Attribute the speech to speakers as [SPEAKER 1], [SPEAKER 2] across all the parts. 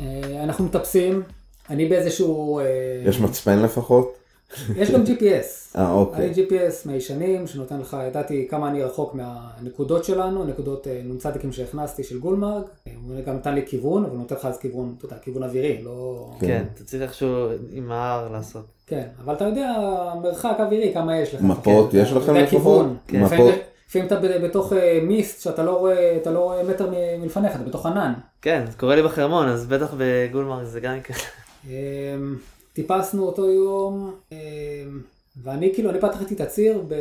[SPEAKER 1] אה, אנחנו מטפסים, אני באיזשהו... אה,
[SPEAKER 2] יש מצפן לפחות?
[SPEAKER 1] יש גם GPS.
[SPEAKER 2] אה, אוקיי.
[SPEAKER 1] היה לי GPS מהישנים, שנותן לך, ידעתי כמה אני רחוק מהנקודות שלנו, נקודות אה, נ"צ שהכנסתי של גולמרג. אה, הוא גם נתן לי כיוון, אבל הוא נותן לך אז כיוון, אתה יודע, כיוון אווירי, לא...
[SPEAKER 2] כן.
[SPEAKER 3] כן, אתה צריך איכשהו עם ההר לעשות.
[SPEAKER 1] כן, אבל אתה יודע, מרחק אווירי, כמה יש לך.
[SPEAKER 2] מפות
[SPEAKER 1] כן,
[SPEAKER 2] יש
[SPEAKER 1] אתה
[SPEAKER 2] לכם
[SPEAKER 1] יודע
[SPEAKER 2] לפחות?
[SPEAKER 1] כיוון.
[SPEAKER 2] כן.
[SPEAKER 1] לפעמים-
[SPEAKER 2] מפות?
[SPEAKER 1] לפעמים אתה ב- בתוך אה, מיסט, שאתה לא רואה, אתה לא רואה מטר מ- מלפניך, אתה בתוך ענן.
[SPEAKER 3] כן, זה קורה לי בחרמון, אז בטח בגולמרק זה גם כן. ככה.
[SPEAKER 1] אמ, טיפסנו אותו יום, אמ, ואני כאילו, אני פתחתי את הציר ב-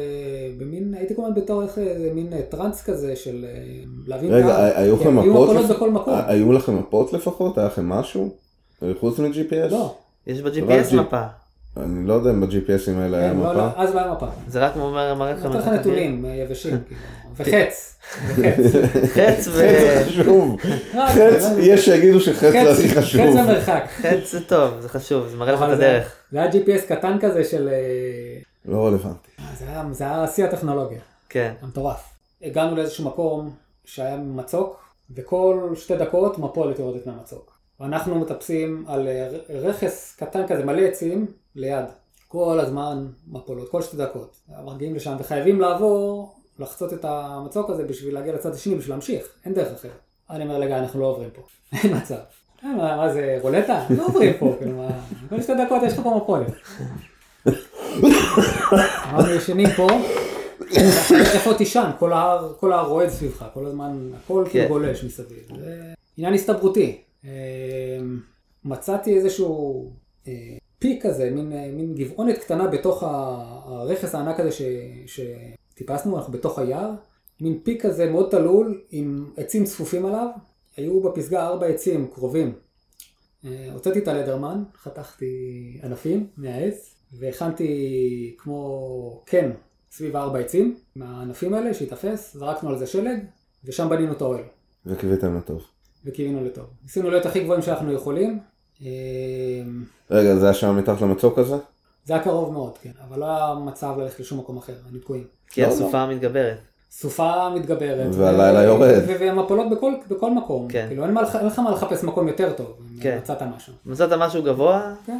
[SPEAKER 1] במין, הייתי כל הזמן בתור איך איזה מין אה, טראנס כזה של אה, להבין
[SPEAKER 2] רגע,
[SPEAKER 1] קהל.
[SPEAKER 2] היו אה,
[SPEAKER 1] כן,
[SPEAKER 2] לכם
[SPEAKER 1] היו
[SPEAKER 2] מפות?
[SPEAKER 1] מפולות
[SPEAKER 2] לפ-
[SPEAKER 1] בכל מקום.
[SPEAKER 2] ה- היו לכם מפות לפחות? היה לכם משהו? אה, חוץ מ-GPS?
[SPEAKER 1] לא,
[SPEAKER 3] יש
[SPEAKER 2] רק
[SPEAKER 3] ב-GPS מפה.
[SPEAKER 2] אני לא יודע אם ב-GPSים האלה היה
[SPEAKER 1] כן, לא, לא,
[SPEAKER 2] מפה.
[SPEAKER 1] אז לא היה מפה.
[SPEAKER 3] זה רק אומר, מראה לך
[SPEAKER 1] נותן לך
[SPEAKER 3] מרחק
[SPEAKER 1] נתונים אה, יבשים, כאילו, וחץ. וחץ.
[SPEAKER 3] אוויר. חץ ו...
[SPEAKER 2] חץ חשוב.
[SPEAKER 1] לא,
[SPEAKER 2] חץ,
[SPEAKER 1] לא,
[SPEAKER 2] יש שיגידו שחץ זה הכי חשוב.
[SPEAKER 1] חץ המרחק.
[SPEAKER 3] חץ זה טוב, זה חשוב, זה מראה לך את
[SPEAKER 1] אבל זה-
[SPEAKER 3] הדרך.
[SPEAKER 1] זה היה GPS קטן כזה של... אה,
[SPEAKER 2] לא רלוונטי.
[SPEAKER 1] זה היה- זה היה שיא הטכנולוגיה.
[SPEAKER 3] כן.
[SPEAKER 1] המטורף. הגענו לאיזשהו מקום שהיה מצוק, וכל שתי דקות מפולת יורדת מהמצוק. ואנחנו מטפסים על אה, ר- רכס קטן כזה, מלא עצים, ליד. כל הזמן מפולות, כל שתי דקות. מגיעים לשם וחייבים לעבור, לחצות את המצוק הזה בשביל להגיע לצד השני, בשביל להמשיך. אין דרך אחרת. אני אומר לגיא, אנחנו לא עוברים פה. אין מצב. "אה, מה, מה זה, רולטה? לא עוברים פה, כאילו, מה... כל שתי דקות יש לך פה מפולת. אנחנו ישנים פה. איפה תישן? כל ההר, כל ההר רועד סביבך, כל הזמן, הכל כאילו
[SPEAKER 3] כן.
[SPEAKER 1] גולש מסביב. זה עניין הסתברותי. אמ, מצאתי איזשהו אה, פיק כזה, מין, אה, מין גבעונת קטנה בתוך ה- הרכס הענק הזה ש, שטיפסנו, אנחנו בתוך היער. מין פיק כזה מאוד תלול, עם עצים צפופים עליו. היו בפסגה ארבע עצים קרובים. אה, הוצאתי את הלדרמן, חתכתי ענפים מהעץ, והכנתי כמו קן סביב ארבע עצים מהענפים האלה שהתאפס, זרקנו על זה שלג, ושם בנינו את האוהל,
[SPEAKER 2] וקיוויתם לטוב.
[SPEAKER 1] וקיווינו לטוב. ניסינו להיות הכי גבוהים שאנחנו יכולים. אה,
[SPEAKER 2] רגע, זה היה שם מתחת למצוק הזה?
[SPEAKER 1] זה היה קרוב מאוד, כן, אבל לא היה מצב ללכת לשום מקום אחר, היינו תקועים.
[SPEAKER 3] כי
[SPEAKER 2] לא,
[SPEAKER 3] הסופה מתגברת.
[SPEAKER 1] סופה מתגברת.
[SPEAKER 2] והלילה
[SPEAKER 1] ו-
[SPEAKER 2] יורד.
[SPEAKER 1] ו- ומפולות בכל, בכל מקום.
[SPEAKER 3] כן.
[SPEAKER 1] כאילו אין מה לח- אין לך מה לחפש מקום יותר טוב, אם
[SPEAKER 3] כן.
[SPEAKER 1] מצאת משהו.
[SPEAKER 3] מצאת משהו גבוה?
[SPEAKER 1] כן,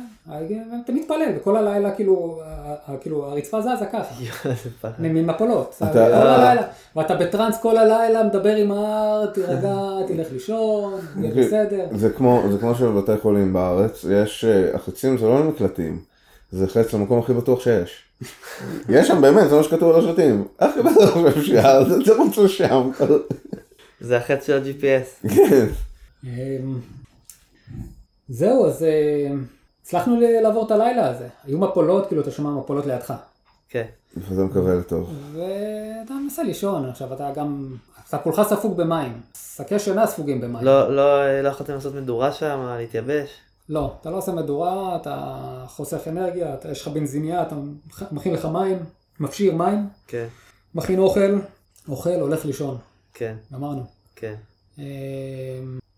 [SPEAKER 1] אתה מתפלל, וכל הלילה כאילו, ה- ה- כאילו הרצפה זזה ככה,
[SPEAKER 3] יואו, זה פחד.
[SPEAKER 1] ממפולות, כל
[SPEAKER 2] אתה- אה.
[SPEAKER 1] הלילה, ואתה בטראנס כל הלילה, מדבר עם ההר, תירגע, תלך לישון, יהיה בסדר.
[SPEAKER 2] זה כמו, זה כמו שבבתי חולים בארץ, יש, אה, החצים זה לא למקלטים, זה חץ למקום הכי בטוח שיש. יש שם באמת, זה מה שכתוב על השלטים. הכי בטוח שאפשר, זה- זה מוצא שם.
[SPEAKER 3] זה החץ של ה-GPS.
[SPEAKER 2] כן.
[SPEAKER 1] אמ, זהו, אז אמ, הצלחנו ל- לעבור את הלילה הזה. היו מפולות, כאילו אתה שומע מפולות לידך.
[SPEAKER 3] כן.
[SPEAKER 2] וזה מקווה לטוב.
[SPEAKER 1] ואתה מנסה לישון, עכשיו אתה גם, אתה כולך ספוג במים. שקי שינה ספוגים במים.
[SPEAKER 3] לא, לא, לא יכולתם לעשות מדורה שם, אה, להתייבש?
[SPEAKER 1] לא, אתה לא עושה מדורה, אתה חוסך אנרגיה, אתה, יש לך בנזיניה, אתה מכ- מכין לך מים, מפשיר מים,
[SPEAKER 3] כן,
[SPEAKER 1] מכין אוכל, אוכל, הולך לישון,
[SPEAKER 3] כן,
[SPEAKER 1] גמרנו.
[SPEAKER 3] כן.
[SPEAKER 1] אמ,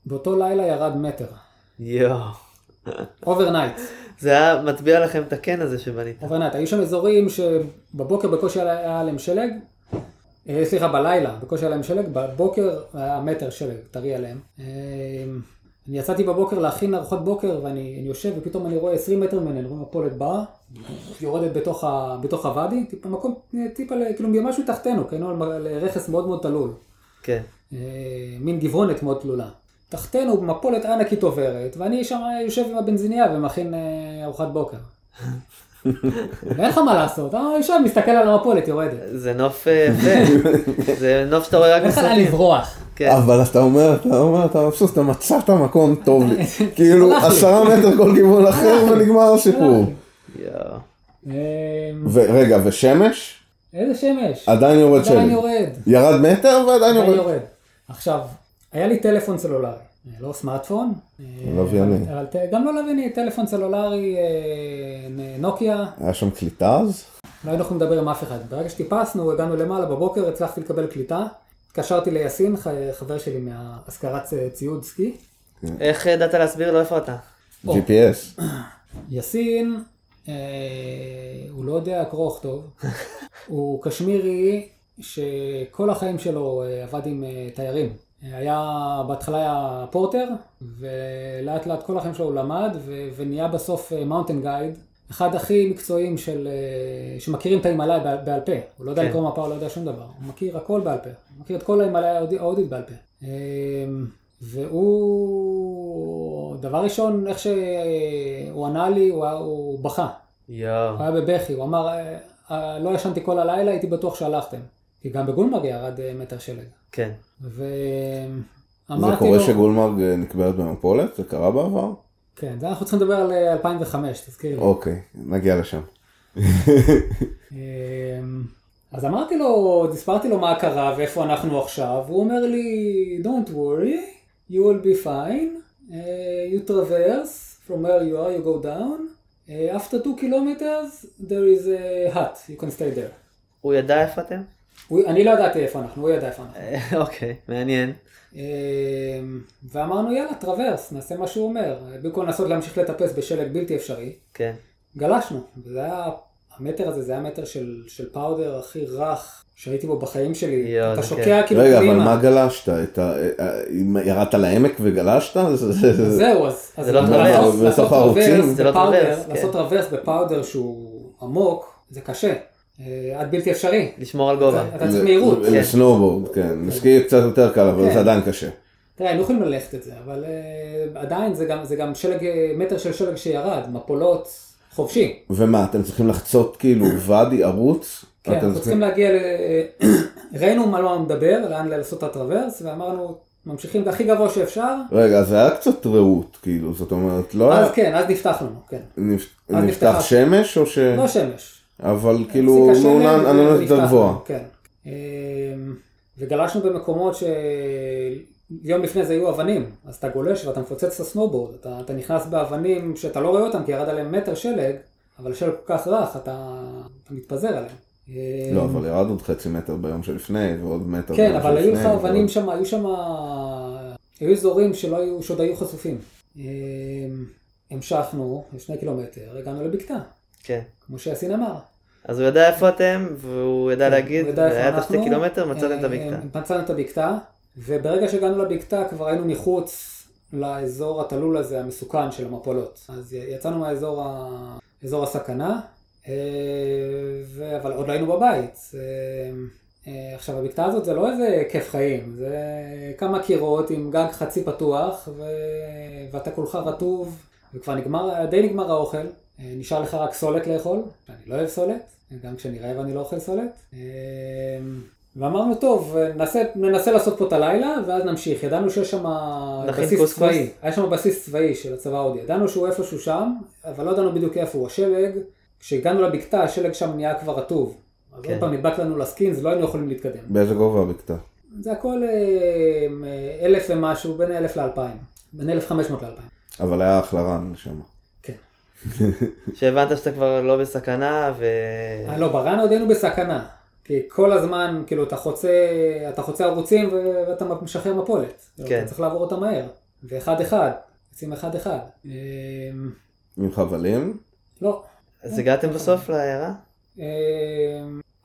[SPEAKER 1] באותו לילה ירד מטר,
[SPEAKER 3] יואו.
[SPEAKER 1] אוברנייט,
[SPEAKER 3] זה היה מטביע לכם את הקן הזה שבנית.
[SPEAKER 1] אוברנייט. היו שם אזורים שבבוקר בקושי היה- היה עליהם שלג, אה, סליחה, בלילה בקושי היה להם שלג, בבוקר היה מטר שלג, טרי עליהם. אמ, אני יצאתי בבוקר להכין ארוחות בוקר, ואני אני יושב, ופתאום אני רואה 20 מטר ממני, אני רואה מפולת באה, יורדת בתוך, ה, בתוך הוואדי, טיפה מקום, טיפה, ל- כאילו משהו תחתנו, כן, על מ- על רכס מאוד מאוד תלול.
[SPEAKER 3] כן,
[SPEAKER 1] אה, מין גברונת מאוד תלולה. תחתנו מפולת ענקית עוברת, ואני שם אה, יושב עם הבנזיניה ומכין אה, ארוחת בוקר. ואין לך מה לעשות, אתה יושב, מסתכל על המפולת, יורדת.
[SPEAKER 3] זה נוף אה, יפה. זה נוף שאתה רואה רק
[SPEAKER 1] אין לך לאן
[SPEAKER 3] בסרטים.
[SPEAKER 1] לברוח.
[SPEAKER 3] כן,
[SPEAKER 2] אבל אתה אומר, אתה אומר, אתה מבסוט, אתה מצאת מקום טוב לי. כאילו,
[SPEAKER 1] הלך לי.
[SPEAKER 2] עשרה מטר כל כיוון אחר ונגמר הסיפור.
[SPEAKER 3] יואו.
[SPEAKER 1] אה,
[SPEAKER 2] ורגע, ושמש?
[SPEAKER 1] איזה שמש.
[SPEAKER 2] עדיין יורד
[SPEAKER 1] עדיין
[SPEAKER 2] שלי.
[SPEAKER 1] יורד.
[SPEAKER 2] ירד מטר
[SPEAKER 1] עדיין
[SPEAKER 2] ועדיין יורד.
[SPEAKER 1] יורד. עכשיו, היה לי טלפון סלולרי, אה, לא סמארטפון. אה,
[SPEAKER 2] לווייני.
[SPEAKER 1] אבל ט- גם לא לווייני, טלפון סלולרי, אה, נ- נוקיה,
[SPEAKER 2] היה שם קליטה אז?
[SPEAKER 1] לא היינו יכולים לדבר עם אף אחד. ברגע שטיפסנו, הגענו למעלה בבוקר, הצלחתי לקבל קליטה. התקשרתי ליאסין, ח- חבר שלי מהשכרת אה, ציוד סקי.
[SPEAKER 3] איך ידעת להסביר לו איפה אתה?
[SPEAKER 1] או.
[SPEAKER 2] GPS.
[SPEAKER 1] יאסין, אה, הוא לא יודע קרוא וכתוב. הוא קשמירי שכל החיים שלו אה, עבד עם אה, תיירים. אה, היה, בהתחלה היה פורטר, ולאט לאט כל החיים שלו הוא למד, ו- ונהיה בסוף מאונטן גייד, אחד הכי מקצועיים של, אה, שמכירים את ההימאליה בעל, בעל פה. הוא לא יודע
[SPEAKER 3] כן.
[SPEAKER 1] לקרוא מפה, הוא לא יודע שום דבר. הוא מכיר הכל בעל פה. הוא מכיר את כל ההימאליה ההודי- ההודית בעל פה. אה, והוא, דבר ראשון, איך שהוא ענה לי, הוא, היה- הוא בכה.
[SPEAKER 3] יואו.
[SPEAKER 1] הוא היה בבכי, הוא אמר, "אה, אה, לא ישנתי כל הלילה, הייתי בטוח שהלכתם. כי גם בגולמרג ירד אה, מטר שלג.
[SPEAKER 3] כן.
[SPEAKER 2] זה
[SPEAKER 1] ואמרתי לו,
[SPEAKER 2] קורה שגולמרג אה, נקברת במפולת? זה קרה בעבר?
[SPEAKER 1] כן, זה אנחנו צריכים לדבר על אה, 2005, תזכיר לי.
[SPEAKER 2] אוקיי, נגיע לשם.
[SPEAKER 1] אמ, אז אמרתי לו, הסברתי לו מה קרה ואיפה אנחנו עכשיו, הוא אומר לי, Don't worry, you will be fine, uh, you traverse from where you are, you go down, uh, after two kilometers there is a hut, you can stay there.
[SPEAKER 3] הוא ידע איפה אתם?
[SPEAKER 1] הוא, אני לא ידעתי איפה אנחנו, הוא ידע איפה אנחנו.
[SPEAKER 3] אה, אוקיי, מעניין.
[SPEAKER 1] אמ, ואמרנו, יאללה, טרוורס, נעשה מה שהוא אומר. במקום לנסות להמשיך לטפס בשלג בלתי אפשרי,
[SPEAKER 3] כן.
[SPEAKER 1] גלשנו, וזה היה, המטר הזה, זה היה מטר של, של פאודר הכי רך שהייתי בו בחיים שלי.
[SPEAKER 3] יואו,
[SPEAKER 1] אתה
[SPEAKER 3] זה
[SPEAKER 1] שוקע
[SPEAKER 3] כיף.
[SPEAKER 1] כאילו
[SPEAKER 2] רגע, אבל
[SPEAKER 1] פנימה.
[SPEAKER 2] מה גלשת? את ה- אה, אם ירדת לעמק וגלשת? זה- זה- זה-
[SPEAKER 1] זהו, אז... אז
[SPEAKER 3] לא
[SPEAKER 1] לעשות-
[SPEAKER 3] טרוורס,
[SPEAKER 1] לעשות
[SPEAKER 2] בתוך
[SPEAKER 1] טרוורס
[SPEAKER 2] הערוצים.
[SPEAKER 3] זה לא
[SPEAKER 1] בפאודר-
[SPEAKER 3] טרוורס, כן.
[SPEAKER 1] לעשות טרוורס בפאודר שהוא עמוק, זה קשה. אה, עד בלתי אפשרי.
[SPEAKER 3] לשמור על גובה.
[SPEAKER 1] אתה צריך מהירות.
[SPEAKER 2] זה- זה-
[SPEAKER 3] כן.
[SPEAKER 2] לסנובורד, כן. לסקי קצת יותר קל, אבל
[SPEAKER 1] כן.
[SPEAKER 2] זה עדיין קשה.
[SPEAKER 1] תראה, היינו יכולים ללכת את זה, אבל אה, עדיין זה גם- זה גם שלג, אה, מטר של שלג שירד, מפולות, חופשי.
[SPEAKER 2] ומה, אתם צריכים לחצות כאילו ואדי ערוץ?
[SPEAKER 1] כן,
[SPEAKER 2] אתם
[SPEAKER 1] אנחנו צריכים להגיע ל... אה, ראינו על מה הוא מדבר, לאן לעשות את הטרוורס, ואמרנו, ממשיכים הכי גבוה שאפשר,
[SPEAKER 2] רגע, אז היה קצת רעות, כאילו, זאת אומרת, לא היה...
[SPEAKER 1] אז כן, אז נפתח לנו, כן.
[SPEAKER 2] נפ-
[SPEAKER 1] אז
[SPEAKER 2] נפתח
[SPEAKER 1] נפתחה.
[SPEAKER 2] שמש או ש...
[SPEAKER 1] לא שמש.
[SPEAKER 2] אבל כן. כאילו,
[SPEAKER 1] הפסיקה
[SPEAKER 2] נו,
[SPEAKER 1] שמש
[SPEAKER 2] נ- עננות
[SPEAKER 1] ונפתח
[SPEAKER 2] יותר
[SPEAKER 1] לנו,
[SPEAKER 2] גבוהה.
[SPEAKER 1] כן. אמ, וגלשנו במקומות שיום לפני זה היו אבנים, אז אתה גולש ואתה מפוצץ את הסנובורד, אתה, אתה נכנס באבנים שאתה לא רואה אותם כי ירד עליהם מטר שלג, אבל השלג כל כך רך, אתה, אתה מתפזר עליהם. אמ,
[SPEAKER 2] לא, אבל ירד עוד חצי מטר ביום שלפני, ועוד מטר
[SPEAKER 1] כן,
[SPEAKER 2] ביום
[SPEAKER 1] אבל היו לך
[SPEAKER 2] שלפני,
[SPEAKER 1] אבנים
[SPEAKER 2] ועוד-
[SPEAKER 1] שם, היו שם, היו אזורים שלא היו, שעוד היו חשופים. אמ, המשכנו לשני קילומטר, הגענו לבקתה,
[SPEAKER 3] כן.
[SPEAKER 1] כמו שיאסין אמר.
[SPEAKER 3] אז הוא ידע איפה אתם, והוא ידע להגיד,
[SPEAKER 1] כן, הוא ידע איפה
[SPEAKER 3] היה את השתי
[SPEAKER 1] אנחנו.
[SPEAKER 3] קילומטר, מצאתם את
[SPEAKER 1] אה,
[SPEAKER 3] הבקתה.
[SPEAKER 1] אה, מצאנו את הבקתה, וברגע שהגענו לבקתה כבר היינו מחוץ לאזור התלול הזה, המסוכן של המפולות. אז י- יצאנו מהאזור ה- אזור הסכנה, אה, ו... אבל עוד לא היינו בבית. אה, אה, עכשיו, הבקתה הזאת זה לא איזה כיף חיים, זה כמה קירות עם גג חצי פתוח, ו... ואתה כולך רטוב, וכבר נגמר, די נגמר האוכל. אה, נשאר לך רק סולת לאכול, אני לא אוהב סולת, גם כשאני רעב אני לא אוכל סולת. אה, ואמרנו, טוב, ננסה, ננסה לעשות פה את הלילה, ואז נמשיך. ידענו שיש שם
[SPEAKER 3] נכין
[SPEAKER 1] בסיס
[SPEAKER 3] קוסקוס.
[SPEAKER 1] צבאי, היה שם בסיס צבאי של הצבא ההודי. ידענו שהוא איפשהו שם, אבל לא ידענו בדיוק איפה הוא. השלג, כשהגענו לבקתה, השלג שם נהיה כבר רטוב. אז
[SPEAKER 3] כן.
[SPEAKER 1] עוד פעם נדבק לנו לסקינס, לא היינו יכולים להתקדם.
[SPEAKER 2] באיזה גובה הבקתה?
[SPEAKER 1] זה הכל אה, אה, אלף ומשהו, בין אלף לאלפיים. בין אלף חמש מאות לאלפיים.
[SPEAKER 2] אבל היה אחלה רן שם.
[SPEAKER 3] שהבנת שאתה כבר לא בסכנה, ו...
[SPEAKER 1] אה, לא, ברן עוד היינו בסכנה. כי כל הזמן, כאילו, אתה חוצה, אתה חוצה ערוצים ו- ואתה משחרר מפולת. כן.
[SPEAKER 3] כן.
[SPEAKER 1] אתה צריך לעבור אותה מהר. ואחד אחד, יוצאים אחד אחד. אמ,
[SPEAKER 2] עם חבלים?
[SPEAKER 1] לא.
[SPEAKER 3] אז הגעתם בסוף לעיירה?
[SPEAKER 1] אמ,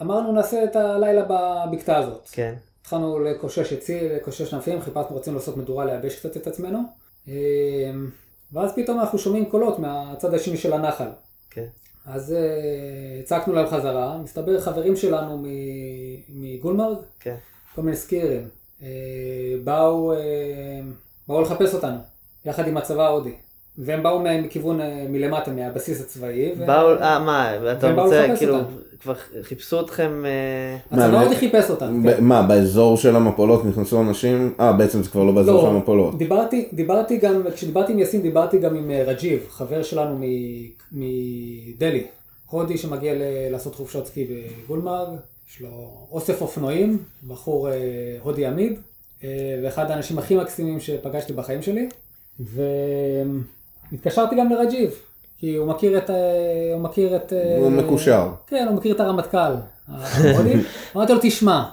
[SPEAKER 1] אמרנו נעשה את הלילה בבקתה הזאת.
[SPEAKER 3] כן.
[SPEAKER 1] התחלנו לקושש עצים, לקושש ענפים, חיפשנו, רצינו לעשות מדורה לייבש קצת את עצמנו. אמ, ואז פתאום אנחנו שומעים קולות מהצד השני של הנחל.
[SPEAKER 3] כן.
[SPEAKER 1] אז אה, הצעקנו להם חזרה, מסתבר חברים שלנו מ- מגולמרג,
[SPEAKER 3] כן.
[SPEAKER 1] כל מיני סקירים, אה, באו, אה, באו לחפש אותנו, יחד עם הצבא ההודי. והם באו מ- מכיוון, אה, מלמטה, מהבסיס הצבאי. ו-
[SPEAKER 3] באו, אה, מה, אתה
[SPEAKER 1] והם באו
[SPEAKER 3] רוצה,
[SPEAKER 1] לחפש
[SPEAKER 3] כאילו,
[SPEAKER 1] אותנו.
[SPEAKER 3] כבר חיפשו אתכם, אה,
[SPEAKER 1] הצבא
[SPEAKER 2] מה,
[SPEAKER 1] ההודי
[SPEAKER 2] מה-
[SPEAKER 1] חיפש אותנו. כן.
[SPEAKER 2] ב- מה, באזור של המפולות נכנסו אנשים? אה, בעצם זה כבר לא באזור של המפולות.
[SPEAKER 1] דיברתי, דיברתי גם, כשדיברתי עם יאסין דיברתי גם עם אה, רג'יב, חבר שלנו מ- מדלהי, הודי שמגיע ל- לעשות חופשות סקי בגולמרג, יש לו אוסף אופנועים, בחור אה, הודי עמיד, אה, ואחד האנשים הכי מקסימים שפגשתי בחיים שלי, והתקשרתי גם לרג'יב, כי הוא מכיר את, אה, הוא מכיר את... אה,
[SPEAKER 2] הוא מקושר.
[SPEAKER 1] כן, הוא מכיר את הרמטכ"ל. ההודי. אמרתי לו, תשמע,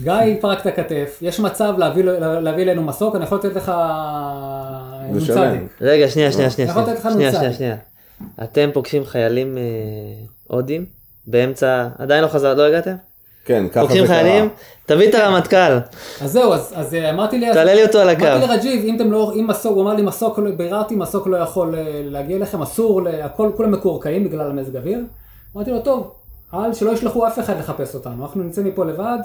[SPEAKER 1] גיא פרק את הכתף, יש מצב להביא לו- להביא אלינו מסוק, אני יכול לתת לך אה,
[SPEAKER 2] לשלם.
[SPEAKER 1] נ"צ.
[SPEAKER 3] רגע, שנייה, שנייה, שנייה,
[SPEAKER 1] לא, יכול לתת
[SPEAKER 3] שנייה,
[SPEAKER 1] לך
[SPEAKER 3] שנייה,
[SPEAKER 1] נוצה.
[SPEAKER 3] שנייה, שנייה. אתם פוגשים חיילים אה, הודים באמצע, עדיין לא חזר, לא הגעתם?
[SPEAKER 2] כן, ככה זה
[SPEAKER 3] לוקחים
[SPEAKER 2] קרה.
[SPEAKER 3] חיילים, תביא
[SPEAKER 1] כן.
[SPEAKER 3] את הרמטכ"ל,
[SPEAKER 1] אז זהו, אז, אז אה, אמרתי לי...
[SPEAKER 3] תעלה לי אותו על
[SPEAKER 1] אמרתי
[SPEAKER 3] הקו.
[SPEAKER 1] לרג'יב, אם אתם לא, אם מסוק, הוא אמר לי מסוק, לא- ביררתי, מסוק לא יכול אה, להגיע אליכם, אסור, ל- הכל, כולם מקורקעים בגלל המזג אוויר. אמרתי לו, טוב, אל שלא ישלחו אף אחד לחפש אותנו, אנחנו נמצא מפה לבד,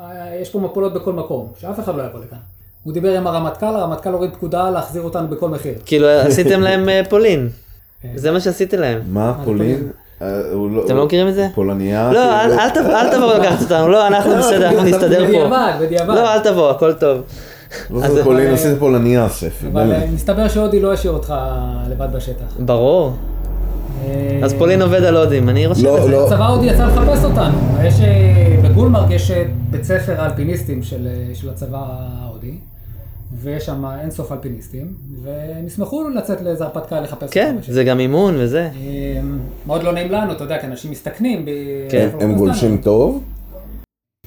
[SPEAKER 1] אה, יש פה מפולות בכל מקום, שאף אחד לא יבוא לכאן. הוא דיבר עם הרמטכ"ל, הרמטכ"ל הוריד פקודה להחזיר אותנו בכל מחיר.
[SPEAKER 3] כאילו עשיתם להם אה, פולין,
[SPEAKER 1] אה,
[SPEAKER 3] זה מה שעשיתם להם.
[SPEAKER 2] מה פולין?
[SPEAKER 1] אוקיי.
[SPEAKER 2] אה, הוא
[SPEAKER 3] אתם לא מכירים את זה?
[SPEAKER 2] פולניה? כאילו,
[SPEAKER 3] לא, אל- אל תב- אל תבואו לקחת אותנו, לא, אנחנו בסדר, אנחנו נסתדר פה.
[SPEAKER 1] בדיעבד, בדיעבד.
[SPEAKER 3] לא, אל תבוא, הכל טוב.
[SPEAKER 2] לא
[SPEAKER 3] אז-
[SPEAKER 2] זה פולין,
[SPEAKER 1] אבל-
[SPEAKER 2] עשית פולניה ספי.
[SPEAKER 1] אה, אבל
[SPEAKER 2] באמת.
[SPEAKER 1] אה, מסתבר שהודי לא השאיר אותך לבד בשטח.
[SPEAKER 3] ברור.
[SPEAKER 1] אה,
[SPEAKER 3] אז פולין עובד על הודים, אני רושם
[SPEAKER 2] לא,
[SPEAKER 3] את זה.
[SPEAKER 2] לא.
[SPEAKER 1] הצבא עוד יצא לחפש אותנו. יש, אה, בגולמרג יש אה, בית ספר אלפיניסטים של, אה, של הצבא ההודי, ויש שם אינסוף אלפיניסטים, והם ישמחו לצאת לאיזה הרפתקה לחפש
[SPEAKER 3] כן,
[SPEAKER 1] אותנו.
[SPEAKER 3] זה גם אימון וזה.
[SPEAKER 1] אה, מאוד לא נעים לנו, אתה יודע, כי אנשים מסתכנים. ב-
[SPEAKER 3] כן,
[SPEAKER 1] אנחנו
[SPEAKER 2] הם
[SPEAKER 1] לא
[SPEAKER 2] גולשים טוב?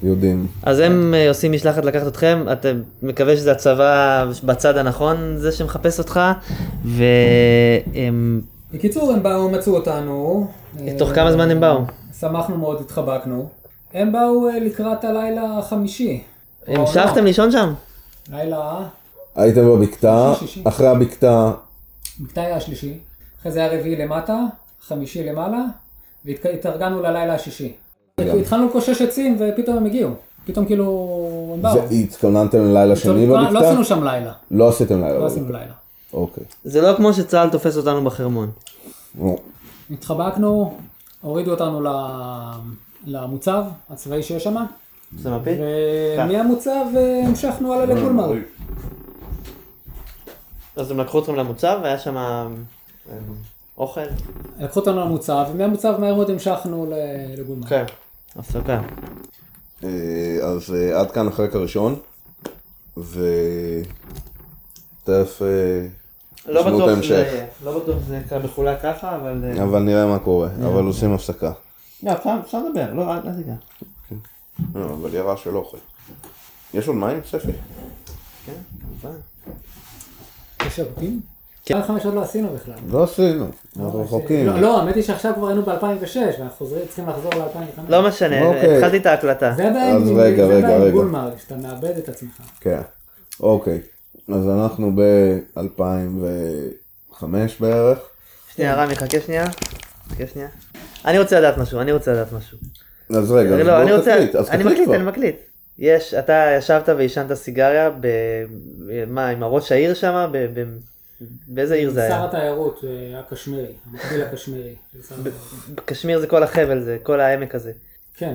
[SPEAKER 2] יודעים.
[SPEAKER 3] אז הם אה, עושים משלחת לקחת אתכם, אתם מקווה שזה הצבא בצד הנכון, זה שמחפש אותך, והם...
[SPEAKER 1] בקיצור, הם באו, מצאו אותנו.
[SPEAKER 3] תוך
[SPEAKER 1] אה,
[SPEAKER 3] כמה זמן הם באו?
[SPEAKER 1] שמחנו מאוד, התחבקנו. הם באו אה, לקראת הלילה החמישי. או לא,
[SPEAKER 3] המשכתם לישון שם?
[SPEAKER 1] לילה,
[SPEAKER 2] הייתם בבקתה,
[SPEAKER 1] אה, שישי, שישי.
[SPEAKER 2] אחרי הבקתה,
[SPEAKER 1] מקטע היה השלישי, אחרי זה היה רביעי למטה, חמישי למעלה, והתארגנו ללילה השישי.
[SPEAKER 2] גם.
[SPEAKER 1] התחלנו לקושש עצים ופתאום הם הגיעו. פתאום כאילו הם באו.
[SPEAKER 2] זה- התכוננתם ללילה שני
[SPEAKER 1] לא- לא
[SPEAKER 2] בבקתה?
[SPEAKER 1] עשינו שם לילה.
[SPEAKER 2] לא עשיתם לילה
[SPEAKER 1] לא
[SPEAKER 2] בבקתה.
[SPEAKER 1] עשינו לילה.
[SPEAKER 2] אוקיי.
[SPEAKER 3] זה לא כמו שצה"ל תופס אותנו בחרמון.
[SPEAKER 2] נו,
[SPEAKER 1] התחבקנו, הורידו אותנו ל- למוצב הצבאי שיש שם,
[SPEAKER 3] זה מפיל? כן.
[SPEAKER 1] ומהמוצב אה, המשכנו הלאה לגולמר.
[SPEAKER 3] אז הם לקחו אתכם למוצב והיה שם אה, אוכל?
[SPEAKER 1] לקחו אותנו למוצב, ומהמוצב מהר מאוד המשכנו ל- לגולמר.
[SPEAKER 3] כן. הפסקה.
[SPEAKER 2] אה, אז אה, עד כאן החלק הראשון, ותכף אה,
[SPEAKER 3] לא
[SPEAKER 2] תשמעו
[SPEAKER 3] בטוח
[SPEAKER 2] את
[SPEAKER 3] שזה
[SPEAKER 2] ההמשך.
[SPEAKER 3] יהיה, לא בטוח שזה יקרה מחולק ככה, אבל... אה,
[SPEAKER 2] אבל נראה מה קורה, אבל עושים הפסקה.
[SPEAKER 3] לא, אפשר- אפשר לדבר, לא, אל אל תיגע.
[SPEAKER 2] לא, אבל יהיה רעש של אוכל. יש עוד מים, ספי?
[SPEAKER 3] כן, כמובן.
[SPEAKER 1] יש שירותים?
[SPEAKER 3] כן. אוקיי.
[SPEAKER 1] כן. חמש עוד לא עשינו בכלל.
[SPEAKER 2] לא עשינו, אנחנו רחוקים.
[SPEAKER 1] לא, לא, האמת היא שעכשיו כבר היינו ב-2006, ואנחנו חוזרים, צריכים לחזור ל-2005.
[SPEAKER 3] לא משנה,
[SPEAKER 2] אוקיי.
[SPEAKER 3] התחלתי את ההקלטה.
[SPEAKER 1] זה עדיין,
[SPEAKER 2] אז רגע,
[SPEAKER 1] זה
[SPEAKER 2] רגע,
[SPEAKER 1] עדיין
[SPEAKER 2] רגע.
[SPEAKER 1] גולמרג, שאתה מאבד את עצמך.
[SPEAKER 2] כן, אוקיי. אז אנחנו ב-2005 בערך.
[SPEAKER 3] שנייה, רמי, חכה שנייה. חכה שנייה. אני רוצה לדעת משהו, אני רוצה לדעת משהו.
[SPEAKER 2] אז רגע, אז
[SPEAKER 3] לא, אני
[SPEAKER 2] בוא
[SPEAKER 3] רוצה...
[SPEAKER 2] תקליט, אז
[SPEAKER 3] אני
[SPEAKER 2] תקליט
[SPEAKER 3] מקליט, אני
[SPEAKER 2] כבר.
[SPEAKER 3] מקליט. יש, אתה ישבת ועישנת סיגריה ב... מה, עם הראש העיר שם? ב- ב- באיזה עיר זה
[SPEAKER 1] שר
[SPEAKER 3] היה?
[SPEAKER 1] התיירות אה, הקשמירי, המקביל הקשמירי. של שר התיירות.
[SPEAKER 3] קשמיר זה כל החבל, זה כל העמק הזה.
[SPEAKER 1] כן.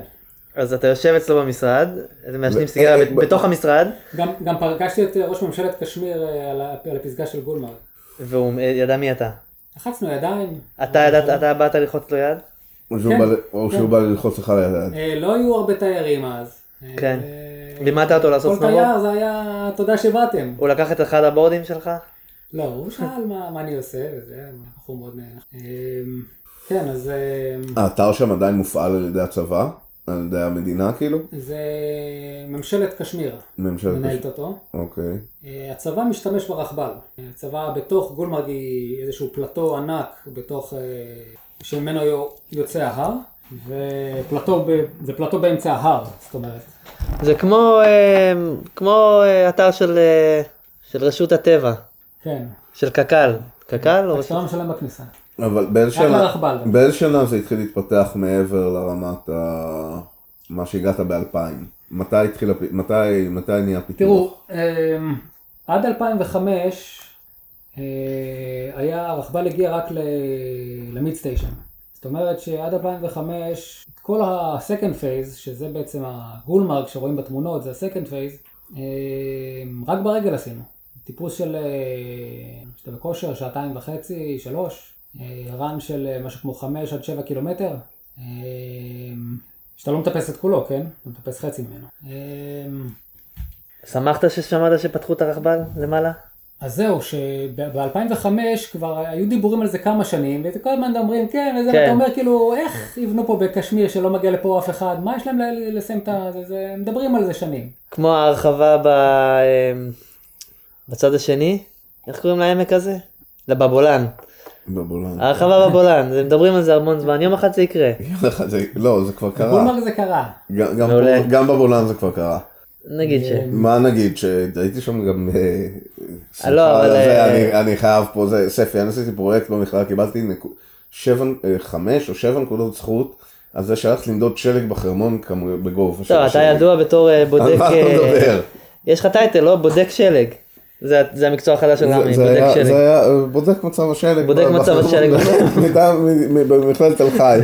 [SPEAKER 3] אז אתה יושב אצלו במשרד, אתם מעשנים
[SPEAKER 2] ו-
[SPEAKER 3] סיגריה
[SPEAKER 2] אה,
[SPEAKER 3] ב-
[SPEAKER 2] ב-
[SPEAKER 3] בתוך המשרד,
[SPEAKER 1] גם- גם פגשתי את אה, ראש ממשלת קשמיר אה, על ה- על הפסגה של גולמרג.
[SPEAKER 3] והוא אה, ידע מי אתה.
[SPEAKER 1] לחצנו ידיים.
[SPEAKER 3] אתה ידעת, אתה באת ללחוץ לו יד?
[SPEAKER 2] או שהוא
[SPEAKER 1] כן,
[SPEAKER 2] בא- או שהוא בא ללחוץ לך ליד.
[SPEAKER 1] אה, לא היו הרבה תיירים אז. אה,
[SPEAKER 3] כן.
[SPEAKER 1] אה,
[SPEAKER 3] לימדת אותו לעשות
[SPEAKER 1] כל
[SPEAKER 3] סנובו?
[SPEAKER 1] תייר זה היה תודה שבאתם.
[SPEAKER 3] הוא לקח את אחד הבורדים שלך?
[SPEAKER 1] לא, הוא שאל מה מה אני עושה, וזה, אנחנו מאוד נהנה. אה, כן, אז... אה,
[SPEAKER 2] האתר שם עדיין מופעל על ידי הצבא, על ידי המדינה כאילו?
[SPEAKER 1] זה ממשלת קשמיר
[SPEAKER 2] ממשלת...
[SPEAKER 1] מנהלת אותו.
[SPEAKER 2] אוקיי.
[SPEAKER 1] אה, הצבא משתמש ברכבל. אה, הצבא בתוך גולמרג היא איזשהו פלטו ענק בתוך... אה, שממנו יו- יוצא ההר, ופלטו ב- זה פלטו באמצע ההר, זאת אומרת.
[SPEAKER 3] זה כמו, אה, כמו אה, אתר של, אה, של רשות הטבע,
[SPEAKER 1] כן,
[SPEAKER 3] של קק"ל. קק"ל או רשות?
[SPEAKER 1] הצבא משלם בכניסה.
[SPEAKER 2] אבל באיזה
[SPEAKER 1] רק
[SPEAKER 2] שנה,
[SPEAKER 1] לרכבל.
[SPEAKER 2] באיזה שנה זה התחיל להתפתח מעבר לרמת ה... מה שהגעת ב-2000? מתי התחיל, הפ- מתי, מתי נהיה פיתוח?
[SPEAKER 1] תראו, אמ, עד 2005 אה, היה, הרכבל הגיע רק למיד סטיישן. זאת אומרת שעד 2005, את כל ה-second phase, שזה בעצם הגולמרק שרואים בתמונות, זה ה-second phase, אמ, רק ברגל עשינו. טיפוס של, אה, שאתה בכושר, שעתיים וחצי, שלוש, אה, רן של אה, משהו כמו חמש עד שבע קילומטר. אמ, שאתה לא מטפס את כולו, כן? אתה מטפס חצי ממנו. אמ,
[SPEAKER 3] שמחת ששמעת שפתחו את הרכבל למעלה?
[SPEAKER 1] אז זהו, שב-2005 כבר היו דיבורים על זה כמה שנים, וכל הזמן אומרים כן, וזה,
[SPEAKER 3] כן.
[SPEAKER 1] ואתה אומר כאילו, איך יבנו פה בקשמיר שלא מגיע לפה אף אחד, מה יש להם ל- לסיים את ה... זה, זה, הם מדברים על זה שנים.
[SPEAKER 3] כמו ההרחבה ב... אמ, אה, בצד השני? איך קוראים לעמק הזה? לבבולן.
[SPEAKER 2] בבולען.
[SPEAKER 3] הרחבה בבולען, זה- מדברים על זה המון זמן, יום אחד זה יקרה.
[SPEAKER 2] יום אחד זה- לא, זה כבר קרה.
[SPEAKER 1] בולמר זה קרה.
[SPEAKER 2] גם- גם
[SPEAKER 3] מעולה.
[SPEAKER 2] פה- גם בבולען זה כבר קרה.
[SPEAKER 1] כן.
[SPEAKER 3] נגיד ש...
[SPEAKER 2] מה נגיד שהייתי שם גם אה, סליחה
[SPEAKER 3] לא, אבל,
[SPEAKER 2] על זה,
[SPEAKER 3] אה,
[SPEAKER 2] אני- אני חייב פה זה ספי אני עשיתי פרויקט במכללה קיבלתי נקו- שבע אה, חמש או שבע נקודות זכות על זה שהלכת למדוד שלג בחרמון כמו- בגובה. של
[SPEAKER 3] טוב, אתה
[SPEAKER 2] השלג.
[SPEAKER 3] ידוע בתור אה,
[SPEAKER 2] על
[SPEAKER 3] בודק...
[SPEAKER 2] מה אתה
[SPEAKER 3] אה,
[SPEAKER 2] מדבר?
[SPEAKER 3] יש לך טייטל, לא? בודק שלג. זה זה המקצוע החדש של
[SPEAKER 2] זה-
[SPEAKER 3] רמי,
[SPEAKER 2] זה
[SPEAKER 3] בודק
[SPEAKER 2] היה- זה
[SPEAKER 3] שלג.
[SPEAKER 2] היה אה, בודק מצב השלג.
[SPEAKER 3] בודק
[SPEAKER 2] ב-
[SPEAKER 3] מצב השלג.
[SPEAKER 2] בחרמון. מטעם- מ- מ- במכללת תל חי.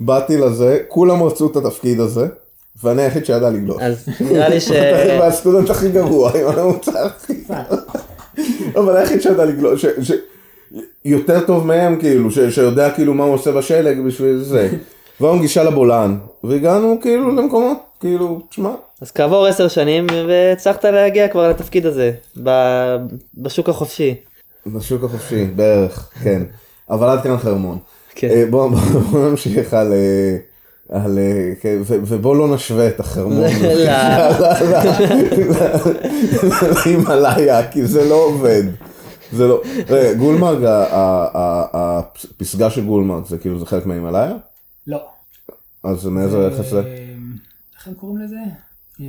[SPEAKER 2] באתי לזה כולם רצו את התפקיד הזה ואני היחיד שידע לגלוש.
[SPEAKER 3] אז נראה לי ש...
[SPEAKER 2] והסטודנט הכי גרוע עם הממוצע הכי אבל היחיד שיודע לגלוש, ש- ש- יותר טוב מהם כאילו, ש- שיודע כאילו מה הוא עושה בשלג בשביל זה. והיום גישה לבולען, והגענו כאילו למקומות, כאילו, תשמע,
[SPEAKER 3] אז כעבור עשר שנים, והצלחת להגיע כבר לתפקיד הזה, ב- בשוק החופשי.
[SPEAKER 2] בשוק החופשי, בערך, כן. אבל עד כאן חרמון.
[SPEAKER 3] כן.
[SPEAKER 2] אה, בוא בוא נמשיך על... אה, על, אה, כן, ו- ובוא לא נשווה את החרמון
[SPEAKER 3] לא.
[SPEAKER 2] ל- ל- להימאליה, כי זה לא עובד. זה לא, רגע, גולמרג, ה- ה- ה- הפסגה של גולמרג זה כאילו זה חלק מההימאליה?
[SPEAKER 1] לא.
[SPEAKER 2] אז מאיזה
[SPEAKER 3] אה,
[SPEAKER 2] רכס זה?
[SPEAKER 1] אמ, איך הם קוראים לזה? אמ,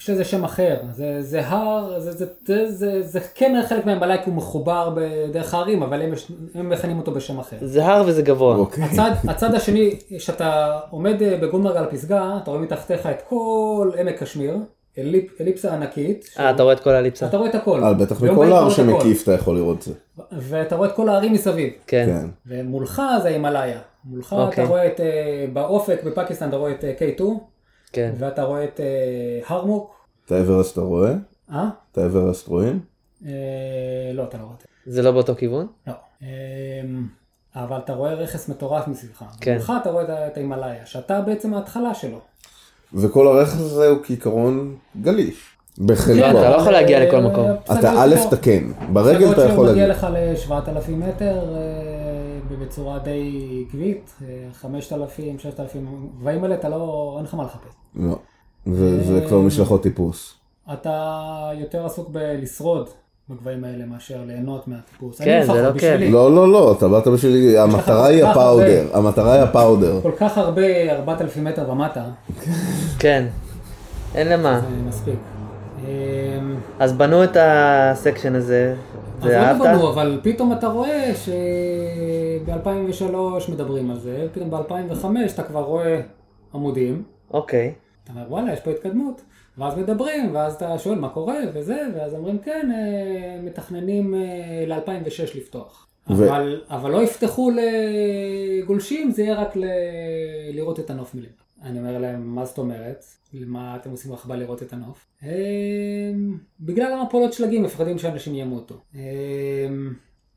[SPEAKER 1] יש לזה שם אחר, זה, זה הר, זה, זה, זה, זה, זה כן חלק מהם בלייק, הוא מחובר ב- דרך ההרים, אבל הם, יש- הם מכנים אותו בשם אחר.
[SPEAKER 3] זה הר וזה גבוה.
[SPEAKER 2] אוקיי.
[SPEAKER 1] הצד, הצד השני, כשאתה עומד אה, בגונדרג על הפסגה, אתה רואה מתחתיך את כל עמק קשמיר, אליפ, אליפסה ענקית,
[SPEAKER 3] אה, אתה רואה את כל האליפסה.
[SPEAKER 1] אתה רואה את הכל.
[SPEAKER 2] אה, בטח
[SPEAKER 1] יום
[SPEAKER 2] מכל
[SPEAKER 1] בהיר
[SPEAKER 2] הר
[SPEAKER 1] אתה רואה את
[SPEAKER 2] שמקיף אתה יכול לראות את זה.
[SPEAKER 1] הכל. ואתה רואה את כל הערים מסביב.
[SPEAKER 3] כן.
[SPEAKER 2] כן.
[SPEAKER 1] ומולך זה הימאליה. מולך
[SPEAKER 3] אוקיי.
[SPEAKER 1] אתה רואה את, אה, באופק בפקיסטן אתה רואה את אה, K2,
[SPEAKER 3] כן.
[SPEAKER 1] ואתה רואה את אה, הרמוק,
[SPEAKER 2] את האברסט אתה רואה?
[SPEAKER 1] אה?
[SPEAKER 2] את האברסט רואים?
[SPEAKER 1] אה, לא, אתה לא רואה את זה.
[SPEAKER 3] זה לא באותו כיוון?
[SPEAKER 1] לא. אמ, אבל אתה רואה רכס מטורף מסביבך.
[SPEAKER 3] כן.
[SPEAKER 1] מולך אתה רואה את ה- את ההימאליה, שאתה בעצם ההתחלה שלו.
[SPEAKER 2] וכל הרכס הזה הוא כעיקרון גליש.
[SPEAKER 3] כן,
[SPEAKER 2] בחלקו.
[SPEAKER 3] אתה לא יכול להגיע
[SPEAKER 1] אה, לא-
[SPEAKER 3] לכל מקום.
[SPEAKER 1] הפסגות
[SPEAKER 2] אתה א'
[SPEAKER 1] שלו-
[SPEAKER 2] תקן, ברגל אתה יכול
[SPEAKER 1] להגיע
[SPEAKER 2] להגיע.
[SPEAKER 1] לך ל-7,000 מטר אה, בצורה די עקבית, אה, 5,000, 6,000, גבהים האלה אתה לא, אין לך מה לחפש.
[SPEAKER 2] לא. זה זה כבר משלחות טיפוס.
[SPEAKER 1] אתה יותר עסוק בלשרוד בגבהים האלה מאשר ליהנות מהטיפוס.
[SPEAKER 3] כן,
[SPEAKER 1] אני
[SPEAKER 3] זה
[SPEAKER 1] לפחות,
[SPEAKER 3] לא
[SPEAKER 1] בשבילי.
[SPEAKER 2] לא, לא, לא, אתה באת בשבילי, המטרה היא
[SPEAKER 1] כל כך הרבה.
[SPEAKER 2] הפאודר, המטרה היא הפאודר.
[SPEAKER 1] כל כך הרבה 4,000 מטר ומטה,
[SPEAKER 3] כן. אין
[SPEAKER 1] זה
[SPEAKER 3] למה.
[SPEAKER 1] מספיק. אמ,
[SPEAKER 3] אז בנו את הסקשן הזה.
[SPEAKER 1] אז
[SPEAKER 3] זה
[SPEAKER 1] לא
[SPEAKER 3] אהבת?
[SPEAKER 1] דיברנו, אבל פתאום אתה רואה שב-2003 מדברים על זה, פתאום ב-2005 אתה כבר רואה עמודים,
[SPEAKER 3] אוקיי.
[SPEAKER 1] אתה אומר וואלה יש פה התקדמות, ואז מדברים, ואז אתה שואל מה קורה וזה, ואז אומרים כן, אה, מתכננים ל-2006 לפתוח.
[SPEAKER 2] ו-
[SPEAKER 1] אבל, אבל לא יפתחו לגולשים, זה יהיה רק ל... לראות את הנוף מלמעלה. אני אומר להם, מה זאת אומרת? למה אתם עושים רחבה לראות את הנוף? אמ, בגלל המפולות שלגים, מפחדים שאנשים ימותו. אמ,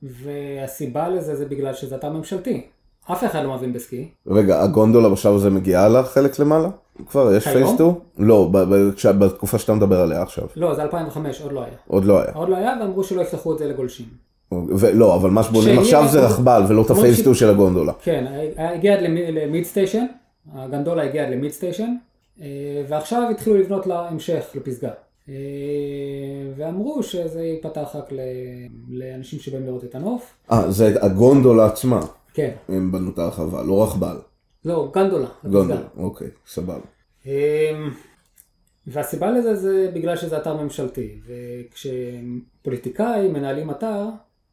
[SPEAKER 1] והסיבה לזה זה בגלל שזה אתר ממשלתי. אף אחד לא מבין בסקי.
[SPEAKER 2] רגע, הגונדולה בשלב הזה מגיעה לחלק למעלה? כבר יש
[SPEAKER 1] היום?
[SPEAKER 2] פייס 2? לא, ב- ב- כשה- בתקופה שאתה מדבר עליה עכשיו.
[SPEAKER 1] לא, זה 2005, עוד לא היה.
[SPEAKER 2] עוד לא היה.
[SPEAKER 1] עוד לא היה, ואמרו שלא יפתחו את זה לגולשים.
[SPEAKER 2] לא, אבל מה שבונים
[SPEAKER 1] שיהיה-
[SPEAKER 2] עכשיו זה רכבל ולא את
[SPEAKER 1] כמו
[SPEAKER 2] הפייס
[SPEAKER 1] ש-
[SPEAKER 2] 2 של הגונדולה.
[SPEAKER 1] כן, היה- הגיע עד למי- למיד סטיישן, הגנדולה הגיעה עד למיד סטיישן, אה, ועכשיו התחילו לבנות להמשך, לפסגה. אה, ואמרו שזה ייפתח רק ל- לאנשים שבאים לראות את הנוף.
[SPEAKER 2] אה, זה הגונדולה עצמה,
[SPEAKER 1] כן,
[SPEAKER 2] הם בנו את הרחבה, לא רכבל.
[SPEAKER 1] לא, גנדולה.
[SPEAKER 2] גונדולה, אוקיי, סבבה.
[SPEAKER 1] אמ, והסיבה לזה זה בגלל שזה אתר ממשלתי, וכשפוליטיקאים מנהלים אתר,